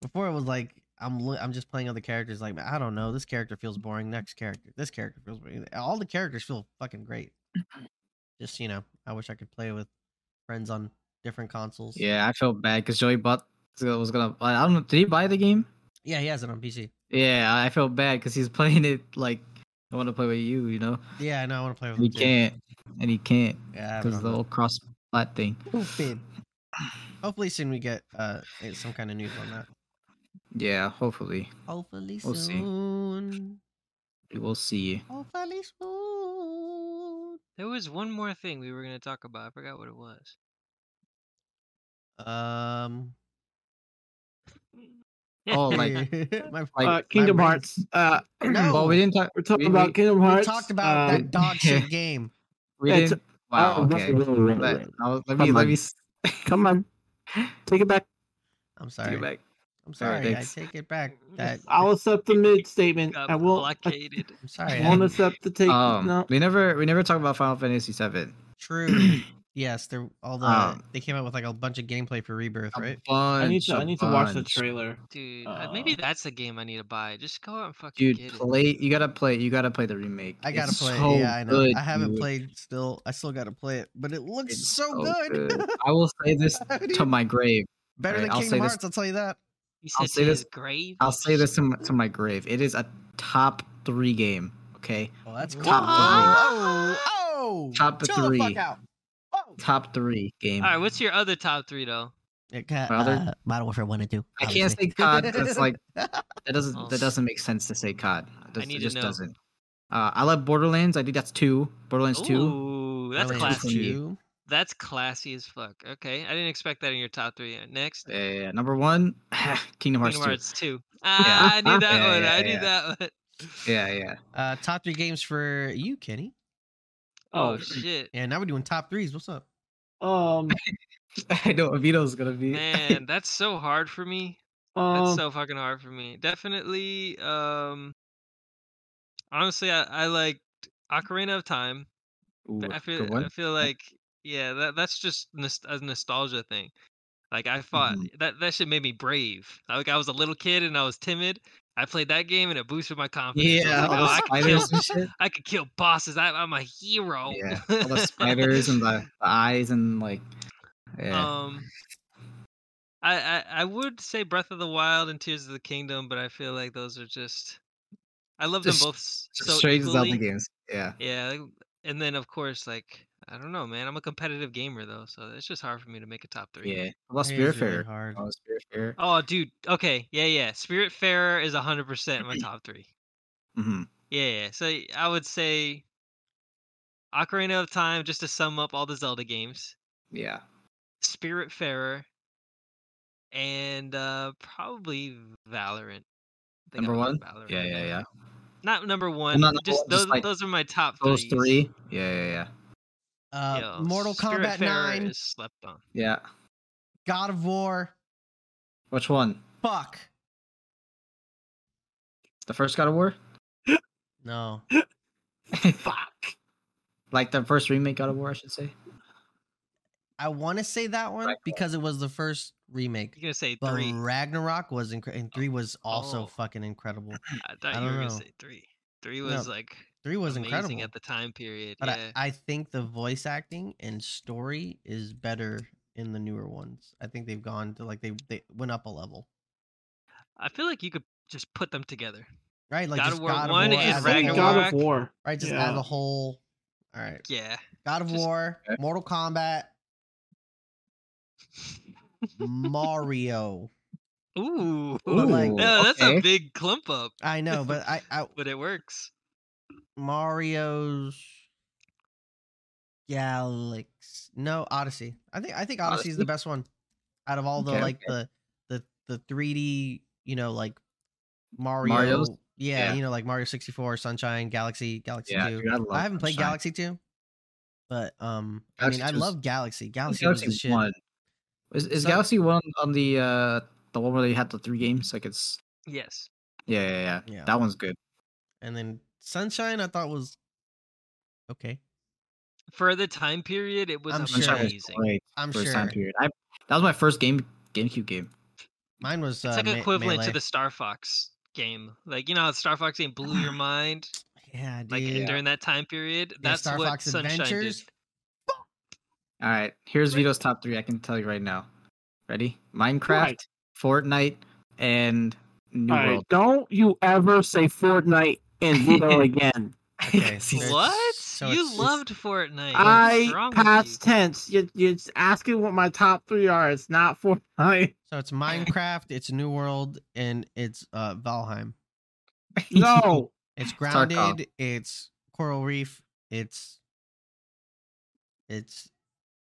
S2: before it was like I'm li- I'm just playing other characters. Like I don't know, this character feels boring. Next character, this character feels boring. All the characters feel fucking great.
S1: Mm-hmm.
S2: Just you know, I wish I could play with friends on different consoles.
S1: yeah, I felt bad because Joey bought was gonna. I don't know. Did he buy the game?
S2: yeah, he has it on PC.
S1: Yeah, I felt bad because he's (laughs) playing it like I want to play with you, you know.
S2: Yeah, I know. I want to play with.
S1: And he
S2: him too.
S1: can't, and he can't
S2: Yeah, I have it
S1: because
S2: on
S1: the
S2: the-
S1: whole cross plat thing.
S2: Stupid. Hopefully soon we get uh eh, some kind of news on that.
S1: Yeah, hopefully
S2: Hopefully
S1: We'll see.
S2: soon.
S1: we will see.
S2: Hopefully soon.
S3: There was one more thing we were going to talk about. I forgot what it was. (laughs)
S2: Um.
S1: Oh,
S2: (laughs)
S1: like
S2: my,
S1: like
S4: uh, Kingdom
S2: my brain-
S4: Hearts.
S2: (clears throat)
S4: Uh,
S2: No.
S1: well,
S4: (clears throat)
S1: we didn't talk.
S4: we're talking
S1: we-
S4: about
S1: we-
S4: Kingdom
S2: We
S4: Hearts.
S2: talked about
S4: uh,
S2: that dog
S4: (laughs)
S2: shit game.
S1: We
S4: It's-
S1: didn't. Wow.
S4: oh,
S1: Okay.
S4: right, right, right,
S1: Let,
S4: right.
S1: I'll- let me
S4: Come
S1: let
S4: on.
S1: me s- (laughs)
S4: Come on, take it back.
S2: I'm
S1: take
S2: sorry.
S1: it back.
S2: I'm
S1: Sorry,
S2: sorry. I
S1: thanks.
S2: take it back. That
S4: I'll accept the mid statement.
S3: Got
S4: I will. I
S3: blockaded.
S2: I'm sorry. I,
S4: won't accept the take.
S1: Um,
S4: no,
S1: we never we never talked about Final Fantasy VII.
S2: (laughs)
S1: (clears throat)
S2: true. Yes, they're all the
S1: Um,
S2: they came out with like a bunch of gameplay for Rebirth,
S1: A
S2: right?
S4: I need to.
S1: bunch,
S4: I
S1: a
S4: need to watch the
S1: bunch.
S4: trailer.
S3: Dude, uh, maybe
S4: Uh,
S3: that's the game I need to buy. Just go out and fucking
S1: Uh-huh. Dude,
S3: get it.
S1: play. You gotta play. You gotta play the remake.
S2: I gotta
S1: It's
S2: play. it.
S1: so
S2: yeah, I know.
S1: good,
S2: I haven't
S1: dude.
S2: played still. I still gotta play it, but it looks
S1: It's
S2: so, good.
S1: I will say this
S2: (laughs) How do you-
S4: (laughs)
S1: to my grave.
S2: Better
S1: Alright,
S2: than
S1: I'll say
S2: Kingdom
S1: this-
S2: Hearts, I'll tell you that.
S3: You
S1: I'll
S3: said
S1: say
S3: to
S1: this-
S3: his grave.
S1: I'll say this to my, to my grave. It is a top three game. Okay,
S2: Well, that's
S1: Top
S2: cool.
S1: three.
S2: Oh, oh,
S1: Top
S2: chill the fuck
S1: three.
S2: out. Oh.
S1: top three game.
S3: All right, what's your other top three though?
S2: Okay,
S1: Brother.
S2: uh, Modern Warfare One and Two.
S1: I can't
S3: (laughs)
S2: obviously.
S1: say COD. 'cause
S2: (laughs)
S1: It's like that doesn't
S3: Oh.
S1: that doesn't make sense to say COD. It, does,
S3: need
S1: it
S3: to
S1: just
S3: know.
S1: doesn't. Uh, I love Borderlands. I think that's two. Borderlands two.
S3: Ooh, that's
S2: Really,
S1: classy.
S3: classy.
S1: Two.
S2: you-
S3: That's classy as fuck. Okay, I didn't expect that in your top three. Uh, Next,
S1: Yeah, yeah, yeah. number one, (sighs) Kingdom Hearts
S3: Kingdom
S1: two.
S3: Hearts two. Ah, I knew that
S1: Yeah,
S3: one.
S1: yeah,
S3: I
S1: (laughs)
S3: knew
S1: yeah.
S3: that one.
S1: Yeah, yeah. (laughs)
S2: Uh, top three games for you, Kenny.
S3: Oh,
S4: Oh, shit.
S3: shit,
S2: Yeah, now we're doing top threes. What's up?
S1: (laughs)
S4: Um,
S1: I know what Vito's gonna be.
S3: man, that's so hard for me. That's
S1: Oh.
S4: um,
S3: so fucking hard for me. Definitely. Um. Honestly, I, I liked Ocarina of Time.
S1: Ooh,
S3: But I
S1: good
S3: feel
S1: one.
S3: I feel like yeah, that that's just nos- a nostalgia thing. Like I fought
S1: Mm-hmm.
S3: that that shit made me brave. Like I was a little kid and I was timid. I played that game and it boosted my confidence.
S1: Yeah,
S3: (laughs) I, was like,
S1: all the
S3: "Oh, I, could kill,
S1: spiders and shit.
S3: I could kill bosses. I, I'm a hero.
S1: Yeah, all
S3: (laughs)
S1: the spiders and the, the eyes and like. Yeah.
S3: Um, I, I I would say Breath of the Wild and Tears of the Kingdom, but I feel like those are just I love
S1: Just-
S3: them both s-
S1: Just
S3: so
S1: straight
S3: equally.
S1: Zelda games. Yeah.
S3: Yeah, like- and then of course, like I don't know, man. I'm a competitive gamer though, so it's just hard for me to make a top three.
S1: Yeah. I love
S2: It is really
S1: Spiritfarer.
S2: hard.
S1: I love Spiritfarer.
S3: Oh, dude. Okay. Yeah, yeah. Spiritfarer is 100
S1: (clears throat)
S3: percent my top three.
S1: hmm
S3: Yeah, yeah. So y- I would say Ocarina of Time, just to sum up all the Zelda games.
S1: Yeah.
S3: Spiritfarer, and uh probably Valorant. I think I
S1: Number
S3: would
S1: one?
S3: put Valorant
S1: Yeah,
S3: on
S1: yeah,
S3: there.
S1: yeah.
S3: Not number one.
S1: not number
S3: just
S1: one, just
S3: those.
S1: like
S3: those are my top
S1: Those
S3: threes.
S1: three. Yeah, yeah, yeah.
S2: Uh,
S3: Yo,
S2: Mortal Kombat
S3: Spiritfarer
S2: Nine,
S3: is slept on.
S1: Yeah.
S2: God of War.
S1: Which one?
S2: Fuck.
S1: The first God of
S2: (laughs)
S1: War?
S2: No.
S4: fuck.
S1: Like the first remake God of War, I should say.
S2: I want to say that one
S1: Ragnarok.
S2: because it was the first
S3: You're
S2: remake.
S3: gonna say
S2: But
S3: three.
S2: Ragnarok was incredible, and three was also
S3: Oh.
S2: fucking incredible.
S3: I thought
S2: I
S3: you were
S2: don't
S3: gonna
S2: know.
S3: say three. Three was like
S2: Three was
S3: amazing
S2: incredible
S3: at the time period.
S2: But
S3: yeah.
S2: I, I think the voice acting and story is better in the newer ones. I think they've gone to like they they went up a level,
S3: I, feel like you could just put them together.
S2: right? Like
S3: God
S2: just
S3: of War
S2: God of
S3: 1
S2: War
S3: and
S2: as a
S4: I think
S2: whole,
S4: God
S3: Ragnarok.
S4: of War.
S2: right? Just
S4: yeah.
S2: add the whole. All right,
S3: Yeah.
S2: God of
S3: just-
S2: War,
S1: Okay.
S2: Mortal
S3: (laughs)
S2: Kombat, Mario.
S3: (laughs) Ooh.
S2: But, like-
S1: Ooh,
S3: Yeah, that's
S1: okay.
S3: a big clump up,
S2: I know, but I, I
S3: but it works.
S2: Mario's Galaxy. No, Odyssey. I think I think Odyssey, is the
S1: Odyssey?
S2: best one out of all the
S1: Okay,
S2: like the the the 3D, you know, like Mario.
S1: Mario's?
S2: Yeah,
S1: Yeah.
S2: you know, like Mario 64, Sunshine, Galaxy, Galaxy
S1: Yeah,
S2: 2.
S1: dude, I, love
S2: I haven't played
S1: Sunshine.
S2: Galaxy 2. But um
S1: Galaxy
S2: I mean, I
S1: 2's
S2: love Galaxy.
S1: Is
S2: Galaxy, was the
S1: Galaxy
S2: shit.
S1: One. Is, is
S2: Sun-
S1: Galaxy One on the uh the one where they had the three games? Like it's
S3: Yes.
S1: yeah, yeah, yeah.
S2: Yeah.
S1: That one's good.
S2: And then Sunshine I thought was okay.
S3: For the time period, it was
S2: I'm sure.
S1: Sunshine was
S3: amazing.
S1: great.
S2: I'm
S1: First
S2: sure.
S1: time period. I, that was my first game GameCube game.
S2: Mine was
S3: It's
S2: uh,
S3: like
S2: Me-
S3: equivalent to
S2: Melee.
S3: the Star Fox game. Like you know how Star Fox game
S2: (gasps)
S3: blew your mind
S2: Yeah, dude.
S3: like
S2: yeah,
S3: during that time period? That's
S2: Star
S3: what
S2: Fox
S3: Sunshine
S2: Adventures.
S3: did.
S1: All right, here's Vito's top three. I can tell you right now. Ready? Minecraft, Fortnite, and New
S4: All
S3: (laughs)
S4: right,
S1: World.
S4: don't you ever say Fortnite
S1: (laughs)
S4: and Vito again.
S2: Okay, so it's-
S3: What?
S2: so
S3: you
S2: it's-
S3: loved Fortnite. What's
S4: I
S3: wrong with you?
S4: past tense. You, you're just asking what my top three are. It's not (laughs)
S3: (laughs)
S4: Fortnite.
S2: So it's Minecraft, it's New World, and it's uh Valheim.
S4: No,
S2: It's
S1: Tarkov.
S2: grounded, it's Coral Reef, it's it's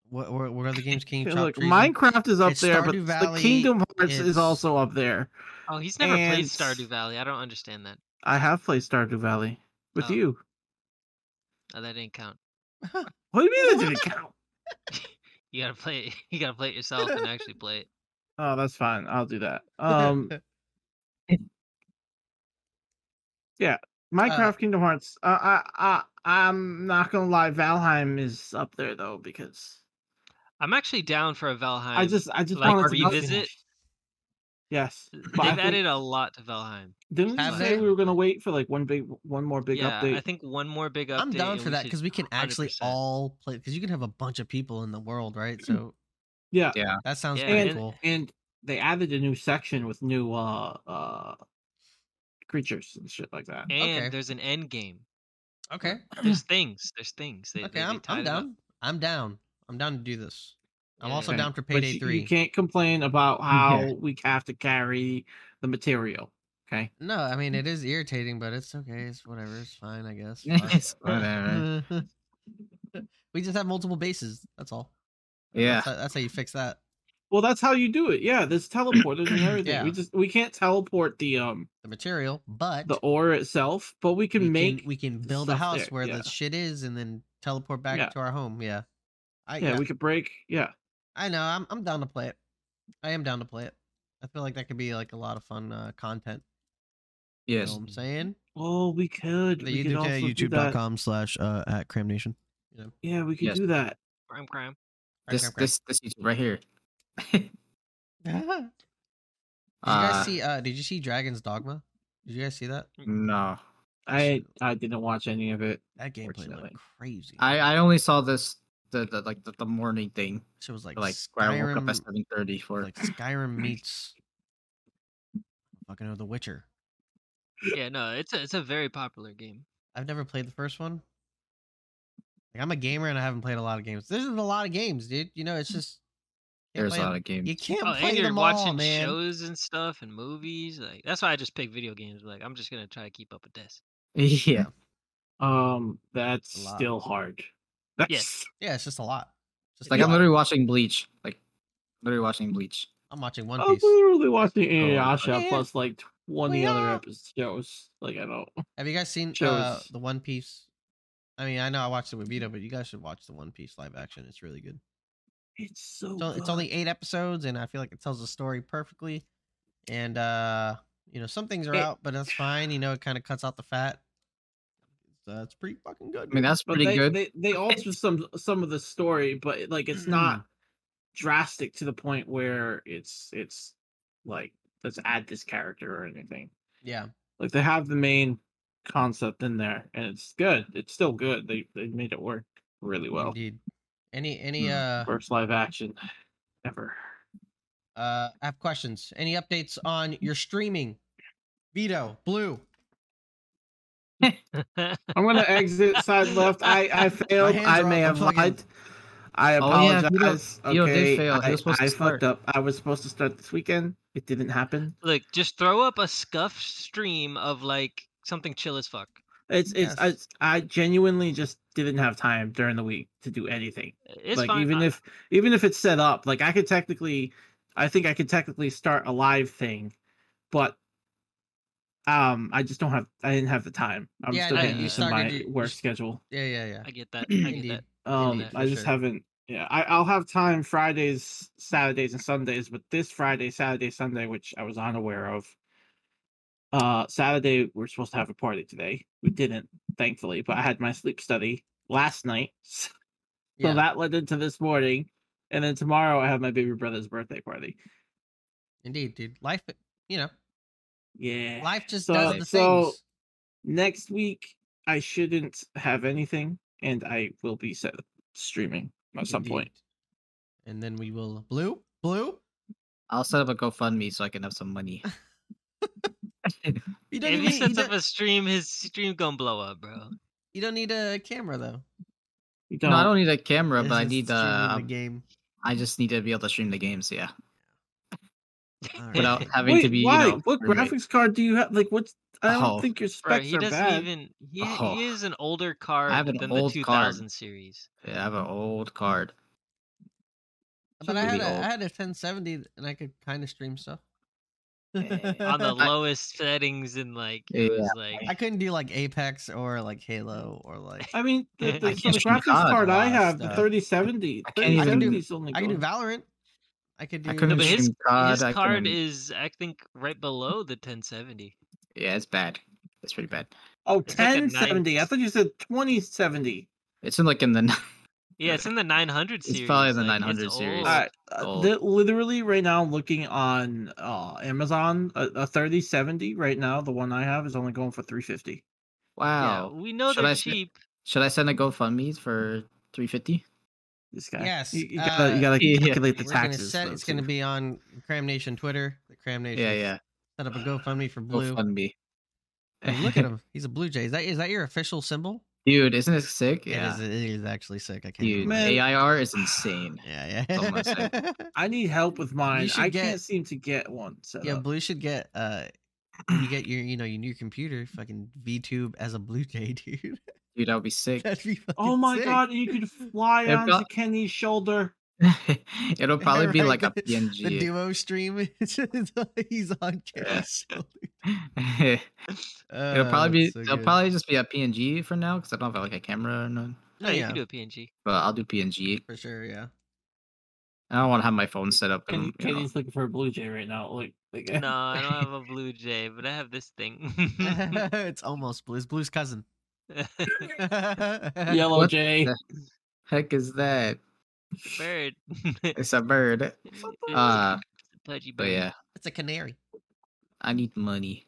S2: what what, what other games
S4: (laughs)
S2: can you chop
S4: look,
S2: trees in? (laughs)
S4: Minecraft is up
S2: It's
S4: there, but
S2: Stardew
S4: the
S2: Valley
S4: Kingdom Hearts is...
S2: is-
S4: also up there.
S3: Oh, he's never
S4: And-
S3: played Stardew Valley. I don't understand that.
S4: I have played Stardew Valley with
S3: Oh.
S4: you.
S3: Oh, that didn't count.
S4: What do you
S3: (laughs)
S4: mean that didn't count?
S3: You gotta play (laughs) it. You gotta play it yourself
S2: (laughs)
S3: and actually play it.
S4: Oh, that's fine. I'll do
S3: (laughs)
S4: that.
S3: Uh,
S4: Um, Minecraft, Kingdom Hearts. Uh, I, I, I'm not gonna lie. Valheim is up there though because
S3: I'm actually down for a Valheim.
S4: i just, I just
S3: like
S4: wanted to
S3: revisit?
S4: Yes,
S3: They've
S4: but I think-
S3: added a lot to Valheim.
S4: Didn't
S2: Have
S4: we say
S2: they?
S4: we were gonna wait for like one big, one more big
S3: yeah,
S4: update?
S3: I think one more big update.
S2: I'm down
S3: and
S2: for that
S3: should
S2: because we can actually
S3: 100%.
S2: all play because you can have a bunch of people in the world, right? So
S4: yeah,
S1: Yeah.
S2: that sounds
S3: Yeah,
S2: pretty
S4: and-
S2: cool.
S4: and they added a new section with new uh uh creatures and shit like that.
S3: And
S2: Okay.
S3: there's an end game.
S2: Okay. (clears throat)
S3: There's things. There's things. They,
S2: Okay,
S3: they,
S2: I'm,
S3: they tied
S2: I'm
S3: it up.
S2: down. I'm down. I'm down to do this. I'm
S3: Yeah.
S2: also
S4: Okay.
S2: down for
S4: But
S2: payday
S4: you-
S2: three.
S4: You can't
S2: (laughs)
S4: complain about how we have to carry the material. Okay.
S2: No, I mean
S4: Mm.
S2: it is irritating, but it's okay. It's whatever. It's fine, I
S4: (laughs)
S2: guess. Fuck.
S1: It's (laughs)
S2: (laughs)
S1: whatever.
S2: Mm-hmm. we just have multiple bases. That's all.
S1: Yeah.
S2: That's how, that's how you fix that.
S4: Well, that's how you do it. Yeah, there's teleporters
S2: (clears throat)
S4: and everything.
S2: Yeah.
S4: We just we can't teleport the um
S2: The material, but
S4: the ore itself, but we
S2: we
S4: can make
S2: we can build a
S4: stuff
S2: house
S4: there,
S2: where
S4: yeah.
S2: the shit is, and then teleport back
S4: Yeah.
S2: to our home. Yeah. I
S4: yeah,
S2: yeah,
S4: we could break. Yeah.
S2: I know. I'm I'm down to play it. I am down to play it. I feel like that could be like a lot of fun uh, content. You know
S1: Yes.
S2: what I'm saying?
S4: Oh, we
S2: The
S4: could. we could
S2: YouTube
S4: also
S2: channel,
S4: do that.
S2: youtube.com slash uh, at Cram Nation. Yeah.
S4: Yeah, we could
S1: Yes.
S4: do that.
S3: Crime, crime.
S1: This
S2: Cram, Cram.
S1: this this YouTube right here. (laughs)
S2: Did you
S1: Uh,
S2: guys see? Uh, did you see Dragon's Dogma? Did you guys see that?
S1: no,
S4: I I didn't watch any of it.
S2: That gameplay looked
S4: Unfortunately.
S2: crazy.
S1: I I only saw this the, the like the, the morning thing
S2: It was like
S1: like where I woke up at
S2: Skyrim,
S1: seven thirty for.
S2: like Skyrim meets fucking know The Witcher.
S3: Yeah, no, it's a it's a very popular game.
S2: I've never played the first one. Like I'm a gamer and I haven't played a lot of games. There's a lot of games, dude. You know, it's just can't
S1: Mm. There's
S2: play
S1: a
S2: 'em-
S1: lot of games.
S2: You can't
S3: Oh,
S2: play
S3: and you're
S2: them
S3: watching
S2: all, man.
S3: shows and stuff and movies. Like that's why I just pick video games. Like I'm just gonna try to keep up with this.
S1: (laughs)
S3: (laughs)
S1: Yeah.
S4: Um, that's
S2: A lot.
S4: still hard. That's
S3: Yes.
S2: Yeah, it's just a lot. Just
S1: Like
S2: a
S1: I'm
S2: lot.
S1: literally watching Bleach. Like literally watching Bleach.
S2: I'm watching One
S4: I'm
S2: Piece.
S4: literally Oh, watching
S2: Oh,
S4: Inuyasha
S2: yeah.
S4: plus like twenty other
S2: yeah.
S4: episodes. shows. Like I don't.
S2: Have you guys seen uh,
S4: shows.
S2: the One Piece? I mean, I know I watched it with Vito, but you guys should watch the One Piece live action. It's really good.
S4: It's so.
S2: It's, on- it's only eight episodes, and I feel like it tells the story perfectly. And uh, you know, some things are
S4: It-
S2: out, but that's fine. You know, it kind of cuts out the fat. Uh, it's pretty fucking good.
S1: I mean that's
S4: But
S1: pretty
S4: they,
S1: good.
S4: They they alter some some of the story, but like
S2: Mm.
S4: it's not drastic to the point where it's it's like let's add this character or anything.
S2: yeah,
S4: Like they have the main concept in there, and it's good. It's still good. They they made it work really well.
S2: indeed. Any any
S1: Hmm.
S2: uh,
S4: First live action ever.
S2: uh, I have questions. Any updates on your streaming? Vito, Blue,
S4: I'm gonna exit side left. I I failed.
S2: hands
S4: I
S2: are
S4: may
S2: up, I'm
S4: have
S2: fucking-
S4: lied. I
S1: Oh, yeah, Vito-
S4: apologize.
S1: Vito did
S4: okay,
S1: fail. He
S4: I,
S1: was supposed to
S4: I
S1: start.
S4: fucked up. I was supposed to start this weekend. It didn't happen.
S3: Look, just throw up a scuff stream of like something chill as fuck.
S4: It's it's
S2: Yes.
S4: I, I genuinely just didn't have time during the week to do anything.
S3: It's
S4: like
S3: fine.
S4: even
S3: I-
S4: if even if it's set up, like I could technically, I think I could technically start a live thing, but um, I just don't have. I didn't have the time. I'm
S2: Yeah,
S4: still
S3: no,
S4: getting
S3: you
S4: used to my
S2: started your-
S4: work
S2: you s-
S4: schedule.
S2: yeah, yeah, yeah.
S3: I get that.
S1: (clears throat)
S3: I get
S2: Indeed.
S3: that.
S4: Um,
S3: yeah,
S4: I
S2: for
S4: just
S2: sure.
S4: haven't. Yeah, I, I'll have time Fridays, Saturdays, and Sundays, but this Friday, Saturday, Sunday, which I was unaware of. Uh, Saturday we're supposed to have a party today. We didn't, thankfully, but I had my sleep study last night, (laughs) so
S2: yeah.
S4: that led into this morning, and then tomorrow I have my baby brother's birthday party.
S2: Indeed, dude. Life, you know,
S4: Yeah.
S2: life just
S4: So-
S2: does the
S4: so-
S2: things.
S4: Next week I shouldn't have anything, and I will be set streaming at some point.
S2: Indeed. And then we will blue, blue.
S1: I'll set up a GoFundMe so I can have some money.
S2: You don't even
S3: If he
S2: need, you
S3: sets up
S2: don't,
S3: a stream, his stream gonna blow up, bro.
S2: you don't need a camera though.
S4: You
S1: No, I don't need a camera,
S2: It's
S1: but I
S2: just
S1: need
S2: streaming
S1: uh,
S2: the game.
S1: I just need to be able to stream the games. Yeah,
S2: All
S1: without
S2: right.
S1: having to be.
S4: why?
S1: You know,
S4: what
S1: roommate.
S4: graphics card do you have? Like, what's? I don't
S1: Oh.
S4: think your
S3: Bro,
S4: specs
S3: he
S4: are
S3: doesn't
S4: bad.
S3: even. He,
S1: Oh.
S3: he is an older card
S1: have an
S3: than
S1: old
S3: the 2000
S1: card. (laughs)
S3: series.
S1: Yeah, I have an old card.
S2: but
S3: (laughs)
S2: I
S1: Should
S2: had
S1: be
S2: a,
S1: old.
S2: I had a 1070 and I could kind of stream stuff.
S3: Eh,
S2: (laughs)
S3: on the
S1: I-
S3: lowest settings and like it
S1: Yeah,
S3: was like
S2: I couldn't do like Apex or like Halo or like
S4: I mean, the, the,
S3: I
S4: so
S1: can't
S4: the
S1: stream
S4: graphics
S1: COD
S4: card I
S2: and all that
S4: have, the
S2: stuff.
S4: 3070,
S1: I can't even- I can
S4: 3070 is only
S2: I could do
S4: good.
S2: Valorant. I could do
S1: I couldn't
S3: but
S1: stream
S3: his-
S1: COD.
S3: his
S1: I
S3: card
S1: couldn't-
S3: is I think right below the 1070.
S1: Yeah, it's bad. It's pretty bad.
S4: Oh,
S3: It's like a
S4: 1070. I
S3: nine-
S4: thought you said 2070.
S1: It's in like in (laughs) the
S3: Yeah, it's in the 900
S1: It's
S3: series.
S1: probably the
S3: like,
S1: 900 series.
S3: old.
S1: All
S4: Alright,
S1: right.
S4: uh,
S1: Oh.
S4: the, literally right now, I'm looking on uh, Amazon, a, a 3070 right now, the one I have is only going for 350.
S3: Yeah,
S1: wow.
S3: we know
S1: Should
S3: they're
S1: I s-
S3: cheap.
S1: Should I send a GoFundMe for three fifty?
S4: This guy.
S2: Yes,
S4: You, you gotta
S2: uh,
S4: you gotta
S1: yeah.
S4: calculate the
S2: We're gonna
S4: taxes.
S2: set,
S4: though,
S2: it's going to
S4: too.
S2: be on Cram Nation Twitter. The Cram Nation
S1: Yeah, yeah.
S2: set up a GoFundMe for Blue.
S1: GoFundMe.
S2: Oh,
S1: (laughs)
S2: look at him. He's a Blue Jay. Is that is that your official symbol?
S1: Dude, isn't it sick?
S2: Yeah.
S1: Yeah.
S2: It is, it is actually sick. I can't.
S1: Dude,
S2: believe
S4: Man.
S2: it.
S1: AIR
S2: (sighs)
S1: is insane.
S2: Yeah,
S1: That's all I'm gonna
S2: (laughs) yeah.
S4: I need help with mine.
S2: should
S4: I
S2: get-
S4: can't seem to get one. So
S2: yeah, Blue should get uh you get your you know your new computer fucking VTube as a Blue Jay, (laughs) dude.
S1: Dude, that would be sick.
S2: That'd be fucking
S4: Oh my
S2: sick. (laughs)
S4: god, you could fly
S1: They've
S4: onto
S1: got-
S4: Kenny's shoulder.
S1: (laughs) It'll probably be
S2: Right,
S1: like a
S2: (laughs) the- The
S1: PNG.
S2: duo stream (laughs) is he's on camera.
S1: (laughs) it'll
S2: Uh, Oh,
S1: probably be it'll probably just be a PNG for now because I don't have like a camera or none.
S3: No, you
S2: yeah,
S3: can do a PNG.
S1: But I'll do PNG.
S2: for sure, yeah. (laughs)
S1: (laughs) I don't want to have my phone set up. And,
S4: Kenny,
S1: you know,
S4: Kenny's looking for a blue jay right now. Like, like
S3: No, I don't have a blue jay, but I have this
S1: (laughs)
S3: thing. (laughs)
S2: it's almost blue. It's Blue's cousin. (laughs) yeah.
S4: (laughs) yellow
S1: What
S4: jay.
S1: the- (laughs) heck is that?
S3: bird. (laughs)
S1: It's a bird.
S3: It's
S1: Uh,
S3: a pudgy
S1: But
S3: bird.
S1: yeah,
S2: It's a canary.
S1: I need money.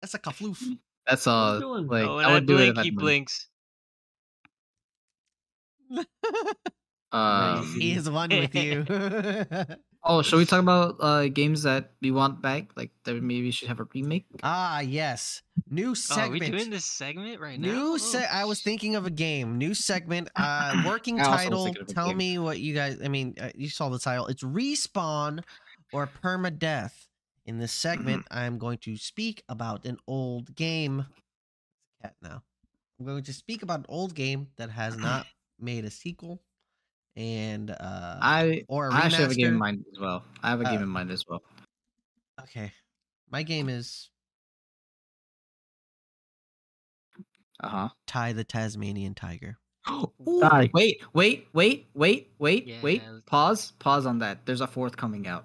S2: That's like a floof.
S1: That's all.
S4: doing?
S1: Like
S3: oh, when
S1: I
S3: I,
S1: would do it.
S3: blink,
S1: If I
S3: he
S1: had money.
S3: blinks.
S1: Um,
S2: he is one with you. (laughs)
S1: Oh, should we talk about uh, games that we want back? Like that maybe should have a remake.
S2: ah, yes. New
S3: Oh, are we doing
S2: segment.
S3: this segment right now?
S2: New
S3: Oh,
S2: se- I was
S3: sh-
S2: thinking of a game. New segment.
S1: (clears throat)
S2: Uh, working
S1: I also was
S2: title.
S1: thinking of a
S2: Tell
S1: game.
S2: me what you guys. I mean, uh, you saw the title. It's respawn or permadeath. In this
S1: (clears throat)
S2: segment, I'm going to speak about an old game. Cat now. I'm going to speak about an old game
S1: (clears throat)
S2: that has not made a sequel, and uh,
S1: I
S2: or a
S1: I actually have a game in
S2: remaster.
S1: mind as well. I have a game
S2: Uh,
S1: in mind as well.
S2: Okay. My game is
S1: Uh
S2: Tie the Tasmanian Tiger.
S1: huh.
S4: Die.
S1: Wait, wait, wait, wait, wait, wait.
S3: Yeah.
S1: Pause, pause on that. There's a fourth coming out.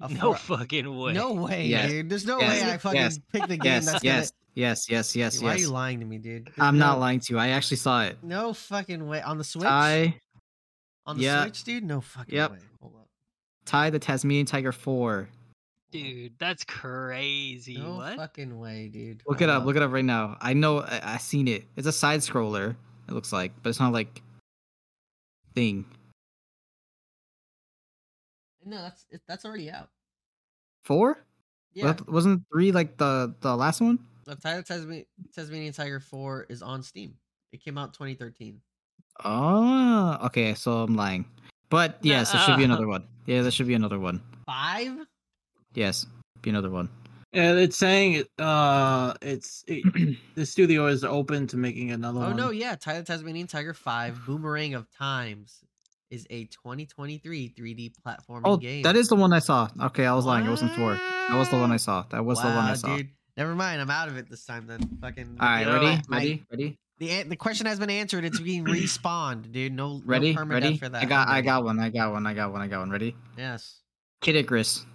S2: A
S3: (laughs) no
S2: four-
S3: fucking way.
S2: No way,
S1: Yes.
S2: dude. There's no
S1: Yes.
S2: way I fucking
S1: Yes.
S2: picked the game
S1: Yes,
S2: that's
S1: yes, yes, yes,
S2: gonna
S1: yes,
S2: Why are
S1: yes.
S2: you lying to me, dude? There's
S1: I'm not
S2: no-
S1: lying to you. I actually saw it.
S2: No fucking way. On the Switch?
S1: Tie,
S2: On the
S1: yeah.
S2: Switch, dude? No fucking
S1: Yep.
S2: way. Hold up.
S1: tie the Tasmanian Tiger four.
S3: dude, that's crazy.
S2: No
S3: what?
S2: fucking way, dude.
S1: Look it
S2: Hold
S1: up. Look it up right now. I know. I, I seen it. It's a side scroller. It looks like, but it's not like thing.
S2: No, that's it, that's already out.
S1: Four?
S2: Yeah.
S1: Wa- Wasn't three like the the last one?
S2: The Tie the Tasman- Tasmanian Tiger 4 is on Steam. It came out 2013.
S1: Oh, okay. So I'm lying. But yes, there should be another one. Yeah, there should be another one.
S2: Five?
S1: Yes, be another one.
S4: And it's saying it. Uh, it's it, the studio is open to making another
S2: Oh
S4: one.
S2: no, yeah, Tyler Tasmanian Tiger Five: Boomerang of Times is a 2023 3D platforming
S1: Oh,
S2: game.
S1: that is the one I saw. Okay, I was lying. It wasn't four. That was the one I
S2: What?
S1: saw. That was the one I
S2: Wow,
S1: saw.
S2: Dude. Never mind, I'm out of it this time. Then fucking.
S1: All right,
S3: Yo,
S1: ready,
S2: Mike,
S1: ready, ready,
S2: The an- the question has been answered.
S1: (clears throat)
S2: It's being respawned, dude. No,
S1: ready,
S2: no permadeath
S1: ready.
S2: For that.
S1: I got,
S2: I'm
S1: I
S2: ready.
S1: got one. I got one. I got one. I got one. Ready?
S2: Yes,
S1: Kid Icarus.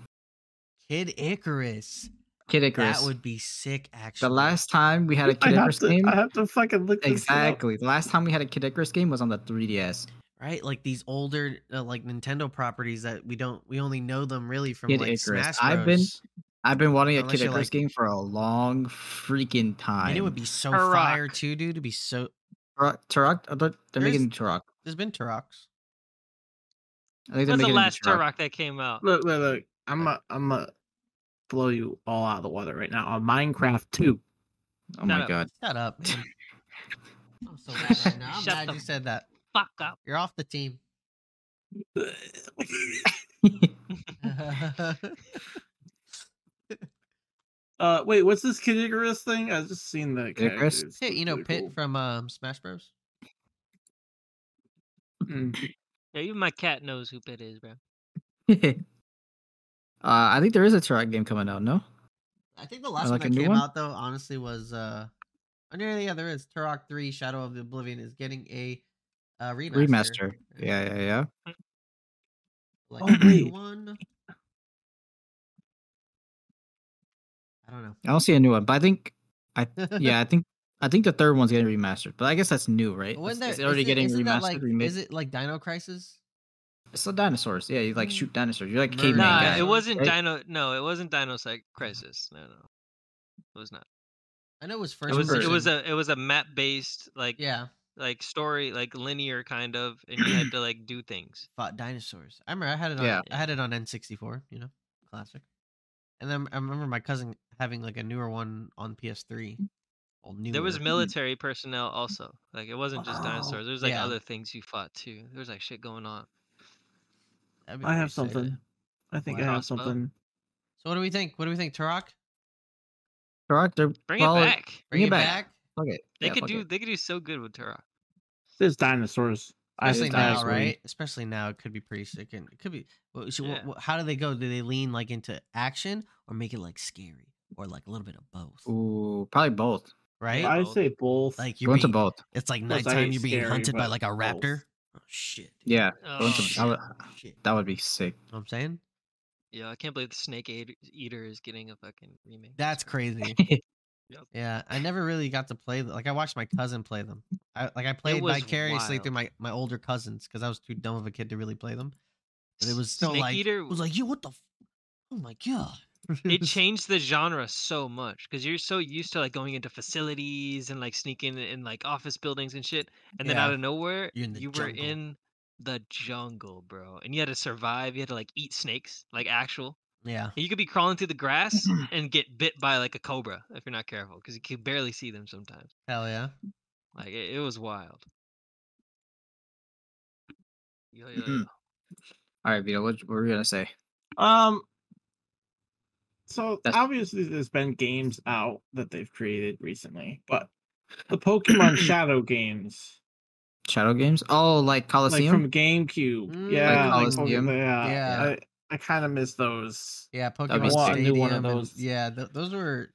S2: Kid Icarus.
S1: Kid Icarus.
S2: That would be sick, actually.
S1: The last time we had a
S4: (laughs) I
S1: Kid
S4: have,
S1: Icarus
S4: to,
S1: game,
S4: I have to fucking look this shit up.
S1: exactly. The last time we had a Kid Icarus game was on the 3DS.
S2: right, like these older, uh, like Nintendo properties that we don't, we only know them really from
S1: Kid
S2: like
S1: Icarus.
S2: Smash Bros.
S1: I've been- I've been wanting a
S2: Unless
S1: Kid
S2: you're,
S1: Icarus
S2: like-
S1: game for a long freaking time.
S2: And it would be so
S3: Turok.
S2: fire too, dude. It'd be so.
S1: Turok. Turok? I thought they're
S2: There's-
S1: making Turok.
S2: There's been Turoks.
S1: I think they're
S3: When's the
S1: making
S3: last
S1: Turok.
S3: Turok that came out?
S4: Look, look, look. I'm a, I'm a blow you all out of the water right now on Minecraft 2.
S1: Oh my
S3: Shut up.
S1: god. (laughs)
S2: Shut up. man. I'm so mad right now. I'm
S3: Shut
S2: glad
S3: the
S2: you said that.
S3: Fuck up.
S2: You're off
S1: (laughs)
S2: the team. (laughs)
S4: uh, wait, what's this Kid Icarus thing? I just seen the
S1: Kid Icarus?
S4: characters.
S2: Hey, you know
S4: Pretty
S2: Pit
S4: cool.
S2: from um, Smash Bros.
S4: Mm.
S3: Yeah, even my cat knows who Pit is, bro.
S1: uh, I think there is a Turok game coming out. No,
S2: I think the last
S1: like a
S2: one that
S1: new
S2: came
S1: one?
S2: out though, honestly, was uh, oh, no, yeah, there is Turok Three: Shadow of the Oblivion is getting a uh, remaster.
S1: remaster. Yeah, yeah, yeah.
S2: Like
S4: Oh,
S2: a new
S4: wait.
S2: one. I don't know.
S1: I don't see a new one, but I think, I
S2: (laughs)
S1: yeah, I think, I think the third one's getting remastered. But I guess that's new, right?
S2: Wasn't
S1: It's-
S2: there-
S1: it's already
S2: isn't-
S1: getting
S2: isn't
S1: remastered?
S2: that like,
S1: remade.
S2: Is it like Dino Crisis?
S1: It's still dinosaurs. Yeah, you like
S2: Mm.
S1: shoot dinosaurs. You're like a
S2: Murder
S1: caveman
S3: Nah,
S1: guy.
S3: it wasn't
S1: right?
S3: Dino. No, it wasn't Dino Psych- Crisis. No, no, it was not.
S2: I know it was first.
S3: It was. It
S2: person.
S3: was a. It was a map based like
S2: yeah.
S3: like story, like linear kind of, and you
S2: (clears throat)
S3: had to like do things.
S2: fought dinosaurs. I remember I had it on
S1: Yeah.
S2: I had it on N64, you know, classic. And then I remember my cousin having like a newer one on PS3. Old newer.
S3: There was military personnel also. Like it wasn't just
S4: Oh,
S3: dinosaurs. There's like
S2: yeah.
S3: other things you fought too. There was like shit going on.
S2: That'd be
S4: I have
S2: pretty sick.
S4: something. I think I
S3: Wow.
S4: have something.
S2: So what do we think? What do we think, Turok?
S1: Turok, they're
S3: Bring
S1: probably-
S3: it back.
S1: Bring it back. Fuck it.
S3: They
S1: Yeah,
S3: could
S1: fuck
S3: do
S1: it.
S3: they could do so good with Turok.
S4: There's dinosaurs. I
S2: Especially
S1: think
S2: now,
S1: that's
S4: dinosaur.
S2: right? Especially now, it could be pretty sick, and it could be. Well, so what-
S3: Yeah.
S2: what- how do they go? Do they lean like into action, or make it like scary, or like a little bit of both?
S1: Ooh, probably both.
S2: Right?
S4: I say both.
S2: like
S1: Go
S2: you're
S1: into
S2: being,
S1: both.
S2: It's like
S4: Plus, I
S2: nighttime.
S4: hate
S2: You're being
S4: scary,
S2: hunted by
S4: but
S2: like a
S4: both.
S2: raptor. Oh shit!
S1: Yeah,
S3: Oh,
S1: go into-
S3: shit.
S1: I would,
S2: Shit.
S1: that would be sick.
S2: Know what I'm saying
S3: Yeah, I can't believe the Snake Eat- Eater is getting a fucking remake.
S2: that's (laughs) crazy.
S3: Yep.
S2: Yeah, I never really got to play. th- Like I watched my cousin play them. I like I played
S3: was
S2: vicariously through
S3: wild.
S2: my my older cousins because I was too dumb of a kid to really play them. But it
S3: S-
S2: was still
S3: Snake
S2: like
S3: Eater
S2: it was like, yo, what the? F- oh my god! (laughs)
S3: it changed the genre so much because you're so used to like going into facilities and like sneaking in like office buildings and shit, and then
S2: Yeah.
S3: out of nowhere
S2: You're in the
S3: you were
S2: jungle.
S3: in the jungle, bro, and you had to survive. You had to like eat snakes, like actual.
S2: Yeah,
S3: And you could be crawling
S2: (clears throat)
S3: through the grass and get bit by like a cobra if you're not careful because you could barely see them sometimes.
S2: hell yeah.
S3: Like it, it was wild. Yo, yo,
S1: Mhm.
S2: (clears throat)
S3: yo.
S1: All right, Vito, what, what were you gonna say?
S4: Um. So
S1: That's-
S4: obviously, there's been games out that they've created recently, but the
S2: (coughs)
S4: Pokemon Shadow games,
S1: Shadow games? Oh, like
S4: like
S1: Coliseum.
S4: from GameCube,
S2: Mm. Like
S4: yeah, like Pokemon-
S1: Coliseum?
S4: yeah,
S2: Yeah.
S4: I, I kind of miss those.
S2: Yeah,
S1: That'd
S4: be
S2: Pokemon
S4: sick. I knew
S2: Stadium.
S4: one of
S2: and-
S4: those.
S2: yeah, th- those were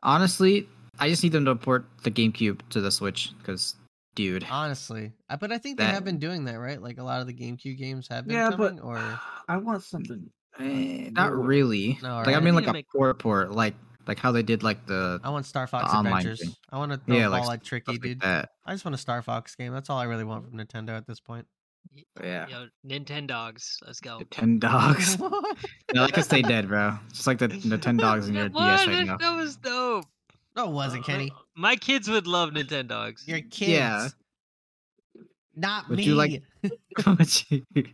S1: Honestly, I just need them to port the GameCube to the Switch, because, dude,
S2: Uh, honestly. I, but I think they
S1: That-
S2: have been doing that, right? Like a lot of the GameCube games have been
S4: Yeah,
S2: coming,
S4: but
S2: or
S4: (sighs) I
S2: (laughs)
S4: want something.
S1: eh, not
S4: newer.
S1: really.
S2: No,
S1: like
S2: right.
S1: I mean,
S3: They
S1: like
S3: need
S1: a
S3: to make-
S1: port port, like like how they did like the
S2: I want Star Fox
S1: online
S2: Adventures.
S1: thing.
S2: I want to throw
S1: Yeah,
S2: a ball
S1: like
S2: at Tricky,
S1: stuff like
S2: Oh, dude.
S1: that.
S2: I just want a Star Fox game. That's all I really want from Nintendo at this point.
S3: Y-
S1: Yeah.
S3: Yo, Nintendogs, let's go.
S1: The ten dogs.
S2: (laughs) What?
S1: no, I could stay dead, bro. Just like the the
S2: (laughs)
S1: ten
S3: (laughs)
S1: dogs in your
S3: That was-
S1: DS right now.
S3: That was dope.
S2: No, it wasn't,
S3: Uh,
S2: Kenny.
S3: My kids would love Nintendogs.
S2: Your kids.
S1: Yeah.
S2: Not
S1: Would
S2: me.
S1: you like- (laughs) Would you- would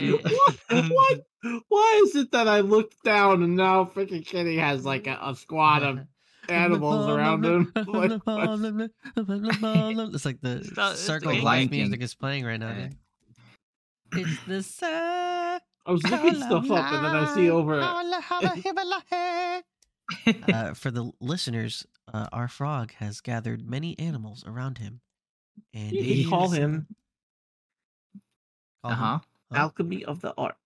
S1: you- (laughs)
S2: (laughs)
S3: Eh.
S4: what? Why is it that I looked down and now freaking Kenny has like a, a
S2: (laughs)
S4: squad of animals around him? (laughs) Like, what?
S2: it's like the
S3: Stop- it's
S2: circle
S3: the
S2: of
S1: Lion
S2: life
S1: King.
S2: music is playing right now.
S1: Yeah.
S2: dude. It's the sun.
S4: (laughs)
S2: (laughs)
S4: I was looking stuff up and then I see over it.
S2: (laughs) uh,
S4: (laughs)
S2: for the listeners, uh, our frog has gathered many animals around him, and
S4: You
S2: it
S4: can call
S2: is-
S4: him
S1: Uh
S2: call
S4: uh-huh.
S2: him
S1: huh.
S4: Oh. Alchemy of the Ark.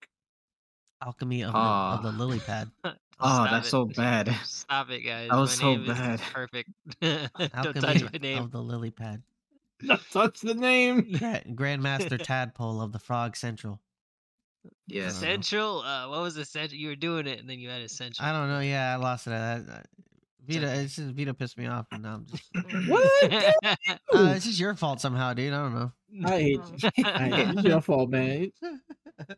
S2: (laughs) alchemy of, the, of the
S1: Ah.
S2: lily pad.
S1: Oh,
S3: Stop
S1: that's
S3: it.
S1: so bad.
S3: Stop it, guys.
S1: That was
S3: my
S1: so
S3: name is
S1: bad.
S3: perfect. (laughs) Don't touch
S2: Alchemy
S3: my name.
S2: of the lily pad.
S4: Not touch the name.
S2: Gra- Grandmaster Tadpole of the Frog Central.
S1: Yeah.
S2: Uh,
S3: Essential. Uh, what was essential? You were doing it, and then you had essential.
S2: I don't know. Yeah, I lost it. I, I, Vita, it's just, Vita pissed me off, and now
S1: (laughs)
S2: I'm just. (laughs)
S3: (laughs)
S4: What did
S2: Uh, this is your fault somehow, dude. I don't know.
S4: I hate you. I hate you. It's your
S2: (laughs)
S4: fault, man.
S1: Uh,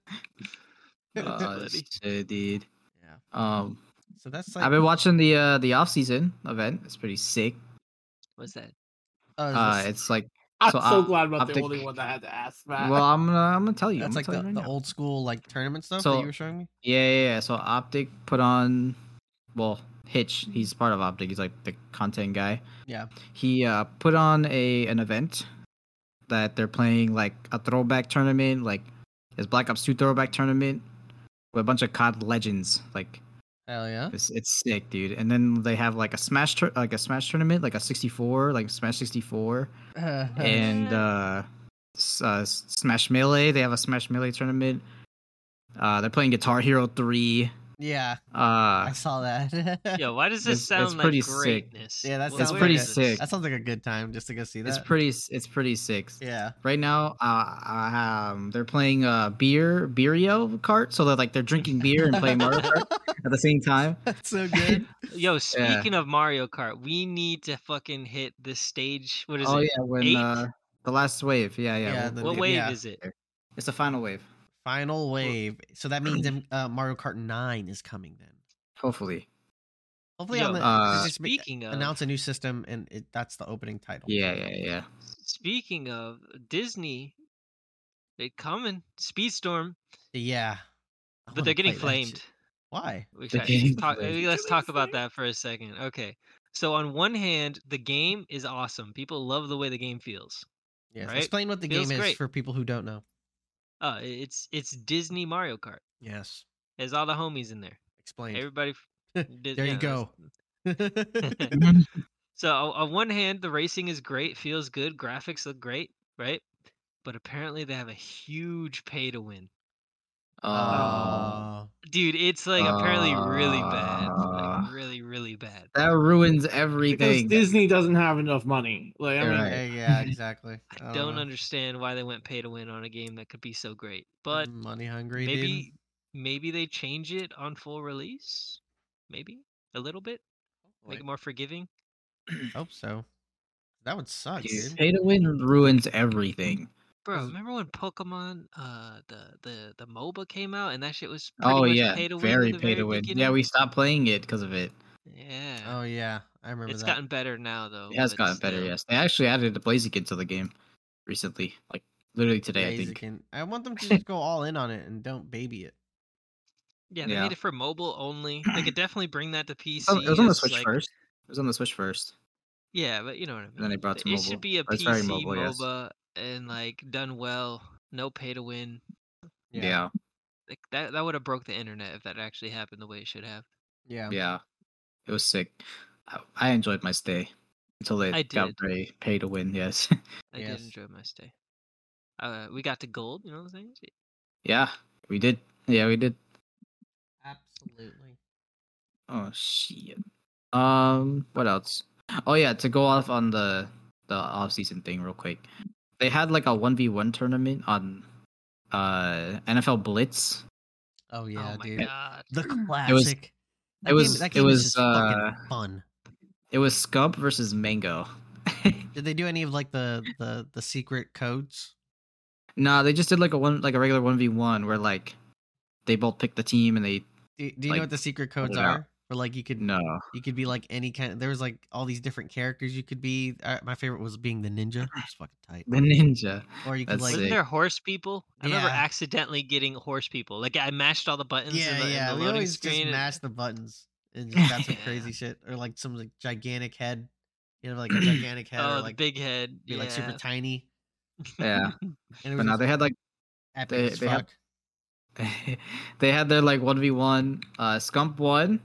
S3: Bloody.
S1: shit, dude.
S2: Yeah.
S1: Um,
S2: So that's like.
S1: I've been watching the uh the off season event. It's pretty sick.
S3: (laughs) What's that?
S2: oh, is
S1: Uh,
S2: this-
S1: it's like
S4: I'm
S1: So,
S4: so,
S1: uh,
S4: glad I'm not the
S1: optic-
S4: only one that had to ask that.
S1: well, I'm gonna I'm gonna tell you. I'm
S2: Uh, that's like
S1: gonna
S2: the,
S1: tell you
S2: the
S1: right now.
S2: old school like tournament stuff that
S1: So-
S2: you were showing me.
S1: Yeah, yeah, yeah. So Optic put on, well, Hitch. He's part of Optic. He's like the content guy.
S2: Yeah.
S1: He uh, put on a an event that they're playing like a throwback tournament, like it's Black Ops Two throwback tournament with a bunch of COD legends. Like
S2: Hell (laughs) yeah.
S1: it's it's sick, dude. And then they have like a Smash tur- like a Smash tournament, like a 64, like Smash 64, and uh, s- uh, S- Smash Melee. They have a Smash Melee tournament. Uh, they're playing Guitar Hero Three.
S2: yeah,
S1: Uh,
S2: I saw that.
S3: Yo, why does this
S1: It's- it's
S3: sound like
S1: pretty sick.
S3: greatness?
S2: Yeah, that
S3: Wh-
S2: sounds
S3: where
S1: pretty
S3: is
S1: sick.
S2: (laughs) that sounds like a good time just to go see that.
S1: it's pretty. s- It's pretty sick. (laughs)
S2: Yeah.
S1: Right now, uh, um, they're playing uh, beer, beerio cart. So they're like they're drinking beer and playing
S2: (laughs)
S1: Mario Kart at the same time.
S2: That's
S1: (laughs)
S2: so good.
S3: Yo, speaking of Mario Kart, we need to fucking hit this stage. What is
S1: Oh
S3: it?
S1: yeah, when
S3: eight?
S1: uh, the last wave. Yeah, yeah.
S2: Yeah,
S1: we'll-
S2: the-
S1: we'll
S3: What
S1: get-
S3: wave
S2: yeah.
S3: is it?
S1: It's the final wave.
S2: Final wave. So that means um, uh, Mario Kart Nine is coming then.
S1: Hopefully,
S2: Hopefully,
S3: Yo,
S2: on the,
S1: Uh,
S2: just ma-
S3: speaking of
S2: announce a new system, and it, that's the opening title.
S1: Yeah, yeah, yeah.
S3: speaking of Disney, they coming Speedstorm,
S2: yeah. I
S3: but
S2: wanna
S3: they're getting
S2: play that shit.
S3: flamed.
S2: Why?
S3: Which
S1: They're
S3: I-
S1: getting
S2: (laughs)
S3: talk-
S1: flamed.
S3: maybe let's
S4: Getting
S3: talk about
S4: flamed.
S3: that for a second. Okay. So on one hand, the game is awesome. People love the way the game feels.
S2: Yes.
S3: Right?
S2: Explain what the
S3: Feels
S2: game is
S3: great.
S2: for people who don't know.
S3: Uh, it's it's Disney Mario Kart.
S2: Yes.
S3: There's all the homies in there.
S2: Explain. (laughs)
S3: (laughs) Everybody. f- did-
S2: there you
S3: yeah, that's-
S2: go. yeah.
S3: So on on one hand, the racing is great, feels good, graphics look great, right? But apparently they have a huge pay to win.
S2: Oh.
S1: Uh,
S3: Dude, it's like apparently really bad.
S1: Ah.
S3: Like really, really bad.
S1: that ruins
S4: (laughs) Because
S1: everything.
S4: Disney doesn't have enough money. Like I
S1: You're
S4: mean,
S1: right.
S2: yeah, exactly.
S3: (laughs) I don't
S2: know.
S3: understand why they went pay to win on a game that could be so great. But
S2: money hungry. dude.
S3: maybe maybe they change it on full release? Maybe? A little bit? Make it more forgiving?
S2: Hope so. That would suck,
S1: Dude,
S2: dude.
S1: Pay to win ruins everything.
S3: Bro,
S2: Is-
S3: remember when Pokemon uh the the the MOBA came out and that shit was pretty
S1: Oh
S3: much
S1: yeah,
S3: pay to win
S1: very
S3: in the
S1: pay
S3: very
S1: to win. Yeah,
S3: beginning?
S1: we stopped playing it because of it.
S3: Yeah.
S2: Oh yeah, I remember
S3: it's
S2: that.
S3: gotten better now though.
S1: It has
S3: but
S1: gotten better.
S3: still.
S1: Yes, they actually added a Blaziken to the game recently, like literally today. I think.
S2: Blaziken. I want
S3: (laughs)
S2: them to just go all in on it and don't baby it.
S3: Yeah, they
S1: Yeah.
S3: made it for mobile only. They
S1: (clears throat)
S3: could definitely bring that to PC.
S1: Oh, It was on- it was on the
S3: as,
S1: Switch
S3: like-
S1: first. It was on the Switch first.
S3: Yeah, but you know what I mean.
S1: And then they brought to
S3: it
S1: mobile.
S3: should be a
S1: Or
S3: PC
S1: sorry, mobile, yes.
S3: MOBA and like done well, no pay to win.
S1: Yeah,
S3: Like, that that would have broke the internet if that actually happened the way it should have.
S2: yeah,
S1: yeah, It was sick. I, I enjoyed my stay until they
S3: I
S1: got
S3: did.
S1: very pay to win. Yes. (laughs)
S3: I
S2: Yes.
S3: did enjoy my stay. Uh, we got to gold. You know Oh what I'm saying? Shit.
S1: yeah, we did. Yeah, we did.
S2: Absolutely.
S1: Oh shit. Um, what else? Oh yeah, to go off on the the off season thing real quick. They had like a one v one tournament on uh NFL Blitz.
S2: Oh yeah,
S3: oh my
S2: dude.
S3: god.
S2: The classic.
S1: was-
S2: That
S1: it was-
S2: game- that
S1: it
S2: game is
S1: was,
S2: just fucking
S1: uh,
S2: fun.
S1: It was Scump versus Mango. (laughs)
S2: Did they do any of like the the the secret codes?
S1: nah, they just did like a one like a regular one v one where like they both picked the team and they
S2: Do, do you know
S1: Like,
S2: what the secret codes
S1: it out.
S2: are? Where like you could
S1: no. (laughs)
S2: you could be like any kind. there was like all these different characters you could be. Uh, my favorite was being the ninja.
S1: (laughs)
S2: It was fucking tight.
S1: The ninja.
S2: Or you could
S1: That's
S2: like
S1: sick.
S3: Wasn't there horse people? I remember
S2: Yeah.
S3: accidentally getting horse people. Like I mashed all the buttons. in
S2: yeah
S3: the- in
S2: yeah.
S3: the
S2: We
S3: loading
S2: always
S3: screen
S2: just
S3: and- (laughs)
S2: mash the buttons and just got some
S1: (laughs)
S3: Yeah.
S2: crazy shit or like some like gigantic head. You know, like a gigantic head
S3: Oh,
S2: or
S3: the
S2: like
S3: big head.
S2: be like super
S3: yeah.
S2: tiny.
S3: (laughs)
S1: Yeah.
S2: And it
S1: But
S2: was
S1: now
S2: just
S1: they had like
S2: epic
S1: they-
S2: as
S1: they have-
S2: fuck.
S1: (laughs) they had their like one v one. Uh, Scump won.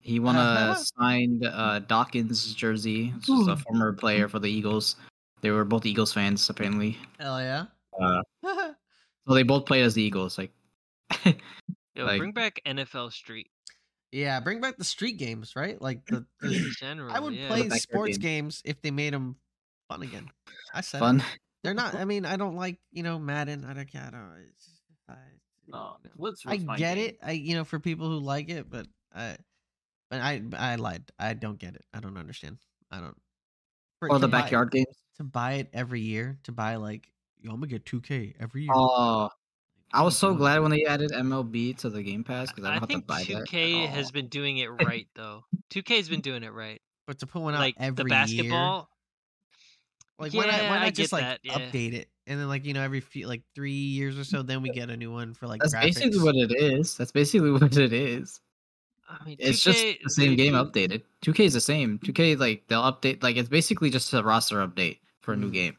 S1: He won a signed uh, Dawkins jersey, which is a former player for the Eagles. They were both Eagles fans apparently,
S2: Hell yeah.
S1: uh,
S2: (laughs)
S1: so they both played as the Eagles. Like,
S3: Yo,
S1: like-
S3: bring back
S2: (clears throat)
S3: NFL Street
S2: yeah, bring back the street games, right? Like the,
S3: in
S2: the
S3: general.
S2: I would
S3: yeah.
S2: play
S1: Back their
S2: sports
S1: game.
S2: games if they made them fun again. I said it.
S1: fun.
S2: They're not. I mean, I don't like you know Madden. I don't. I don't. It's just, I,
S4: uh,
S2: you know.
S4: Blitz
S2: I
S4: was my
S2: get
S4: game.
S2: it. I you know for people who like it, but I, but I I lied. I don't get it. I don't understand. I don't. For-
S1: (laughs) Or
S2: to
S1: the
S2: buy-
S1: backyard games.
S2: to buy it every year. To buy like yo, I'm gonna get 2K every year.
S1: Oh, I was so
S2: Doing
S1: glad
S2: it.
S1: when they added MLB to the Game Pass because I don't
S3: I
S1: have to
S3: think
S1: buy that.
S3: 2K has been doing it right though. 2K's been doing it right.
S2: But to put one out
S3: like
S2: every
S3: the basketball.
S2: year, like why not,
S3: Yeah,
S2: why
S3: I
S2: not just
S3: get
S2: like
S3: that, yeah.
S2: update it and then like you know every few like three years or so, then we get a new one for like
S1: That's
S2: graphics.
S1: basically what it is. That's basically (laughs) what it is.
S3: I mean,
S1: It's just
S3: 2K
S1: the same
S3: they
S1: game
S3: do-
S1: updated. 2K is the same. 2K like they'll update like it's basically just a roster update for a new
S2: Mm.
S1: game.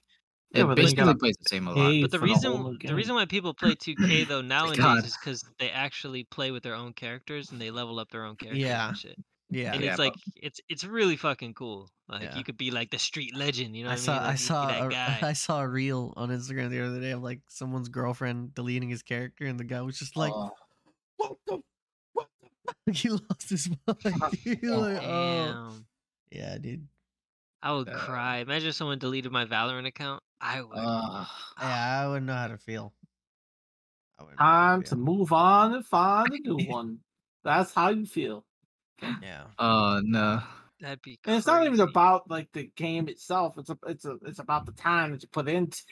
S4: Yeah,
S1: it
S4: but uh, they
S1: basically
S4: gotta
S1: plays the same a
S4: pay
S1: lot.
S3: But the
S4: for the whole
S3: reason
S4: new
S3: the
S4: game.
S3: reason why people play 2K though nowadays
S1: God.
S3: is because they actually play with their own characters and they level up their own characters.
S2: Yeah.
S3: and shit.
S2: Yeah.
S3: and
S1: Yeah,
S3: it's
S1: but-
S3: like it's it's really fucking cool. Like
S2: Yeah.
S3: you could be like the street legend. You know,
S2: I
S3: what
S2: saw
S3: I mean? Like,
S2: I
S3: you could be
S2: saw
S3: that
S2: a, (laughs)
S3: guy.
S2: I saw a reel on Instagram the other day of like someone's girlfriend deleting his character and the guy was just like what the what the (laughs) he lost his (laughs) mind. dude. Like, oh.
S3: Damn.
S2: Yeah, (sighs) dude.
S3: I would
S1: Uh,
S3: cry. Imagine if someone deleted my Valorant account. I would. Ah,
S2: Yeah, I wouldn't know how to feel. I wouldn't know how
S4: Time
S2: to
S4: to
S2: feel.
S4: move on and find
S2: (laughs)
S4: a new one. That's how you feel.
S2: Yeah.
S1: oh no.
S3: that'd be.
S4: And it's not even
S3: crazy.
S4: about like the game itself. It's a, it's a, it's about the time that you put into (laughs) to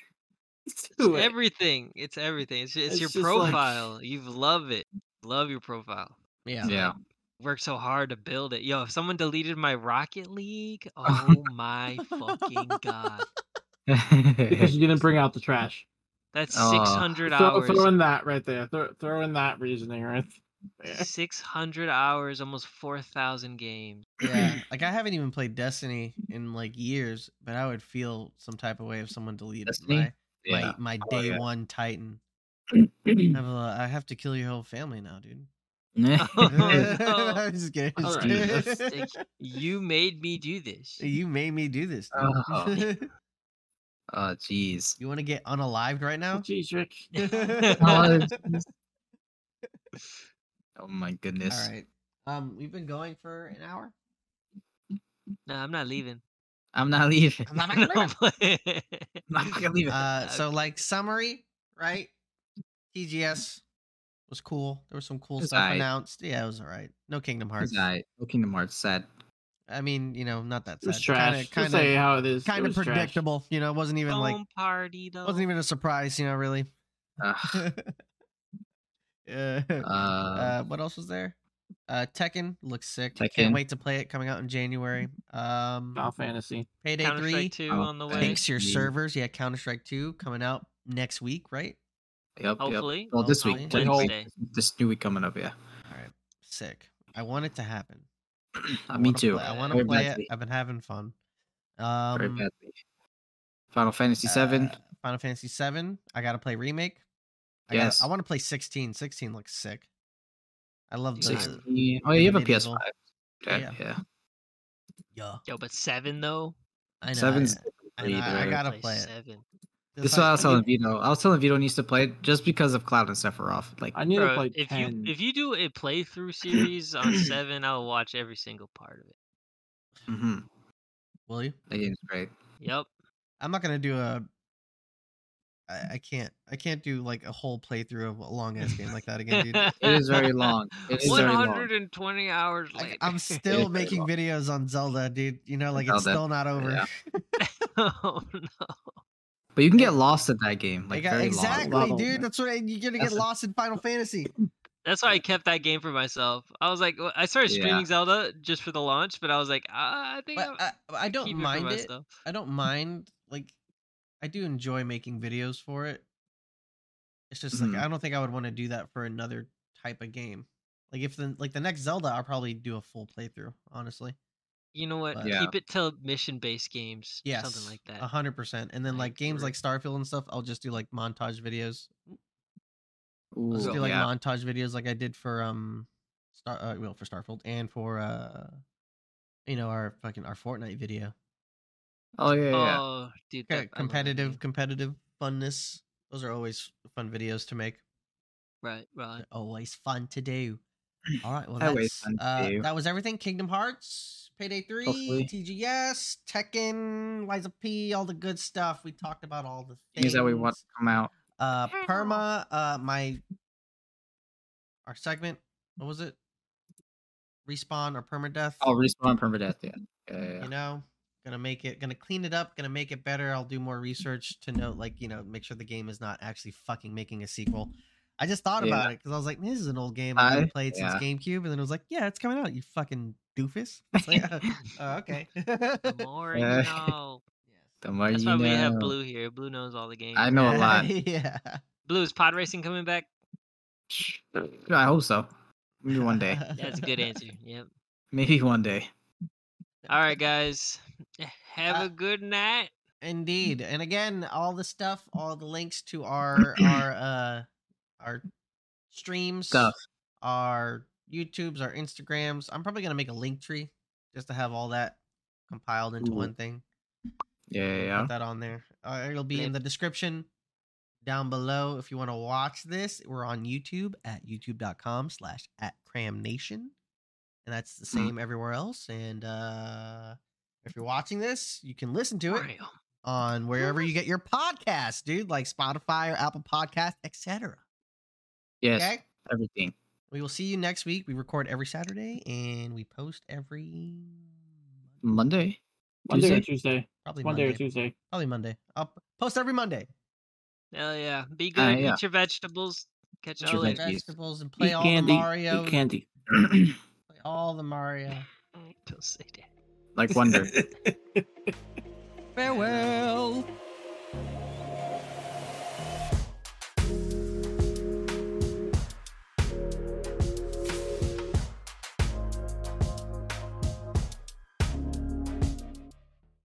S3: It's
S4: it.
S3: everything. It's everything. It's, it's,
S4: It's
S3: your
S4: just like-
S3: profile. You love it. Love your profile.
S2: (clears throat) Yeah.
S1: Yeah.
S3: worked so hard to build it. Yo, if someone deleted my Rocket League, oh my fucking god.
S4: (laughs) because you didn't bring out the
S3: (laughs)
S4: trash.
S3: That's
S1: Aw.
S3: 600
S4: Throw,
S3: hours.
S4: throw in that right there. Throw, throw in that reasoning right there.
S3: 600 hours, almost 4,000 games.
S2: Yeah, like I haven't even played Destiny in like years, but I would feel some type of way if someone deleted
S1: Destiny?
S2: my
S1: (laughs)
S4: (laughs)
S1: yeah.
S2: my, my
S1: Oh,
S2: day
S1: yeah.
S2: one
S4: (clears throat)
S2: Titan. I have, a, I have to kill your whole family now,
S4: (laughs)
S2: dude. (laughs)
S4: (clears throat)
S3: Oh, no.
S2: I'm just kidding. I'm just
S1: Alright,
S3: that's
S2: (laughs) kidding.
S3: sick. You made me do this. (laughs)
S2: you made me do this. dude.
S1: Oh. (laughs) oh, jeez.
S2: (laughs) you want to get unalived right now?
S4: (laughs) Jeez,
S3: (laughs)
S4: Rick.
S1: Oh,
S4: (laughs)
S2: All
S1: jeez. Oh my goodness.
S2: right. Um, we've been going for an
S4: (laughs)
S2: hour.
S3: No, I'm not leaving.
S1: I'm not leaving.
S3: (laughs)
S1: (laughs)
S2: I'm not
S3: No, play- (laughs)
S1: I'm not gonna leave it.
S2: Uh, so like summary, right? TGS was cool. There was some cool
S1: was
S2: stuff
S1: aight.
S2: announced. Yeah, it was all right. No Kingdom Hearts.
S1: Alright, well, Kingdom Hearts sad.
S2: I mean, you know, not that
S4: It was
S2: sad.
S4: trash.
S2: Kind
S4: Kind
S2: of,
S4: say
S2: kind
S4: how it is.
S2: of,
S4: It
S2: kind of
S4: was trash.
S2: predictable. You know, it wasn't even like,
S3: Phone party though.
S2: wasn't even a surprise. You know, really.
S1: Ugh.
S2: (laughs) Yeah.
S1: Uh,
S2: uh, what else was there? Uh, Tekken looks sick. Can't
S1: Tekken.
S2: wait to play it. Coming out in January. Um,
S4: Final Fantasy.
S2: Payday
S3: Counter
S2: three.
S3: Strike 2
S1: Oh,
S3: on the way.
S2: Thanks your
S1: Yeah.
S2: servers. Yeah, Counter Strike two coming out next week, right?
S1: yep, yep.
S3: Hopefully.
S1: Well, this week,
S2: Hopefully.
S1: this week,
S3: Wednesday.
S1: this new week coming up, yeah. (clears throat)
S2: All right, sick. I want it to happen. I
S1: Uh, Me
S2: wanna
S1: too.
S2: play- I want to
S1: Very
S2: play it.
S1: badly.
S2: I've been having fun.
S1: Very
S2: Um,
S1: badly. Final Fantasy Seven.
S2: uh, Final Fantasy Seven. I gotta play remake. I
S1: Yes.
S2: Gotta, I want to play sixteen. Sixteen looks sick. I love the
S1: 16. Oh, yeah, you have a PS5.
S2: medieval.
S1: Yeah,
S2: Yeah.
S1: yeah.
S2: yeah.
S3: Yo, but seven though.
S2: I know.
S1: Seven's.
S2: I- I,
S1: different
S2: know, I, I
S1: either.
S2: gotta play it.
S3: seven.
S1: This is
S2: why
S1: what I was telling Vito. I was telling Vito needs to play it just because of Cloud and Sephiroth. Like,
S4: I need to
S3: Bro,
S4: play
S3: if
S4: ten.
S3: you if you do
S2: (coughs)
S3: a playthrough series on seven, I'll watch every single part of it. Mm-hmm.
S1: mhm,
S2: Will you?
S1: that game's great.
S3: Yep.
S2: I'm not gonna do a. I, I can't. I can't do like a whole playthrough of a long ass game like that again, (laughs)
S3: (laughs)
S2: dude.
S1: It is very long. It is
S3: One
S1: very long.
S3: hundred and twenty hours
S2: I,
S3: (laughs) later.
S2: I'm still
S1: is very
S2: making
S1: long.
S2: videos on Zelda, dude. You know, like it's
S1: Zelda,
S2: still not over.
S1: yeah.
S3: oh no.
S1: But you can get lost at that game. Like,
S2: Like, I-
S1: very
S2: exactly,
S1: long.
S4: Level.
S2: dude. That's what I, you're gonna
S1: That's
S2: get
S1: a-
S2: lost in Final Fantasy.
S3: That's why I kept that game for myself. I was like, w- I started
S1: Yeah.
S3: streaming Zelda just for the launch, but I was like, ah, I think
S2: But
S3: I'll
S2: I, I don't
S3: keep
S2: mind
S3: it for
S2: it.
S3: myself.
S2: I don't mind. Like, I do enjoy making videos for it. It's just
S1: Mhm.
S3: Mm-hmm.
S2: like I don't think I would want to do that for another type of game. Like if the like the next Zelda, I'll probably do a full playthrough. Honestly,
S3: You know what?
S2: But-
S1: Yeah.
S3: Keep it till mission based games.
S2: yes, Uh-huh.
S3: Something like that.
S2: a hundred percent. And then
S3: I
S2: like games
S3: agree.
S2: like Starfield and stuff, I'll just do like montage videos.
S1: Ooh,
S2: I'll just do like
S1: yeah.
S2: montage videos, like I did for um, Star uh, well for Starfield and for uh, you know our fucking our Fortnite video.
S1: Oh yeah, yeah.
S3: Oh, dude.
S2: Co-
S3: that- I love that
S2: competitive
S3: game.
S2: competitive funness those are always fun videos to make
S3: Right,
S2: (laughs)
S3: right.
S2: They're always fun to do all right well
S1: Always
S2: that's,
S1: fun to
S2: uh,
S1: do.
S2: that was everything kingdom hearts payday 3
S1: Hopefully.
S2: tgs tekken liza p all the good stuff we talked about all the things
S1: Things that we want to come out.
S2: uh perma uh my our segment what was it respawn or permadeath
S1: Oh, respawn permadeath. Yeah, yeah, yeah.
S2: you know gonna make it gonna clean it up gonna make it better i'll do more research to note like you know make sure the game is not actually fucking making a sequel i just thought
S1: Yeah.
S2: about it because i was like this is an old game i haven't
S1: I-
S2: played
S1: yeah.
S2: since gamecube and then it was like yeah it's coming out you fucking
S1: (laughs)
S2: doofus It's like, (laughs) uh, uh, okay
S3: The more you
S1: Uh,
S2: (laughs)
S3: know.
S1: The more
S3: That's
S1: you
S3: why we have
S1: know.
S3: Blue here. Blue knows all the games.
S1: I know a lot.
S2: (laughs) yeah
S3: Blue is pod racing coming back.
S1: I hope so. Maybe one
S2: (laughs)
S1: day.
S3: That's
S1: (laughs)
S3: a good answer. Yep.
S1: Maybe one day.
S3: All right, guys. (laughs) Have
S2: Uh,
S3: a good night.
S2: Indeed. And again, all the stuff, all the links
S1: (clears throat)
S2: to our our uh our streams,
S1: Stuff.
S2: our YouTubes, our Instagrams. I'm probably gonna make a link tree just to have all that compiled into
S1: Ooh.
S2: one thing.
S1: Yeah, yeah,
S2: Put
S1: yeah.
S2: that on there. Uh, it'll be in
S3: Lit.
S2: the description down below if you want to watch this. We're on YouTube at youtube.com slash at cram nation. And that's the
S1: Mm.
S2: same everywhere else. And uh if you're watching this, you can listen to it
S3: Mario.
S2: on wherever
S4: Mm-hmm.
S2: you get your podcast, dude, like Spotify or Apple Podcast, etc.
S1: Yes,
S2: Okay.
S1: everything.
S2: We will see you next week. We record every Saturday and we post every
S1: Monday. (clears throat)
S4: Monday or
S1: Tuesday?
S4: Tuesday.
S2: probably
S4: Monday or
S2: Monday.
S4: Tuesday.
S2: Probably Monday. I'll post every Monday.
S3: Hell yeah. Be good.
S1: Ah, yeah.
S3: Eat your vegetables. Catch
S1: Eat
S3: y'all
S1: your
S3: later.
S1: veggies.
S2: Vegetables and play all the Mario.
S4: candy.
S2: play all the Mario.
S3: Don't say that.
S1: Like Wonder.
S2: Farewell.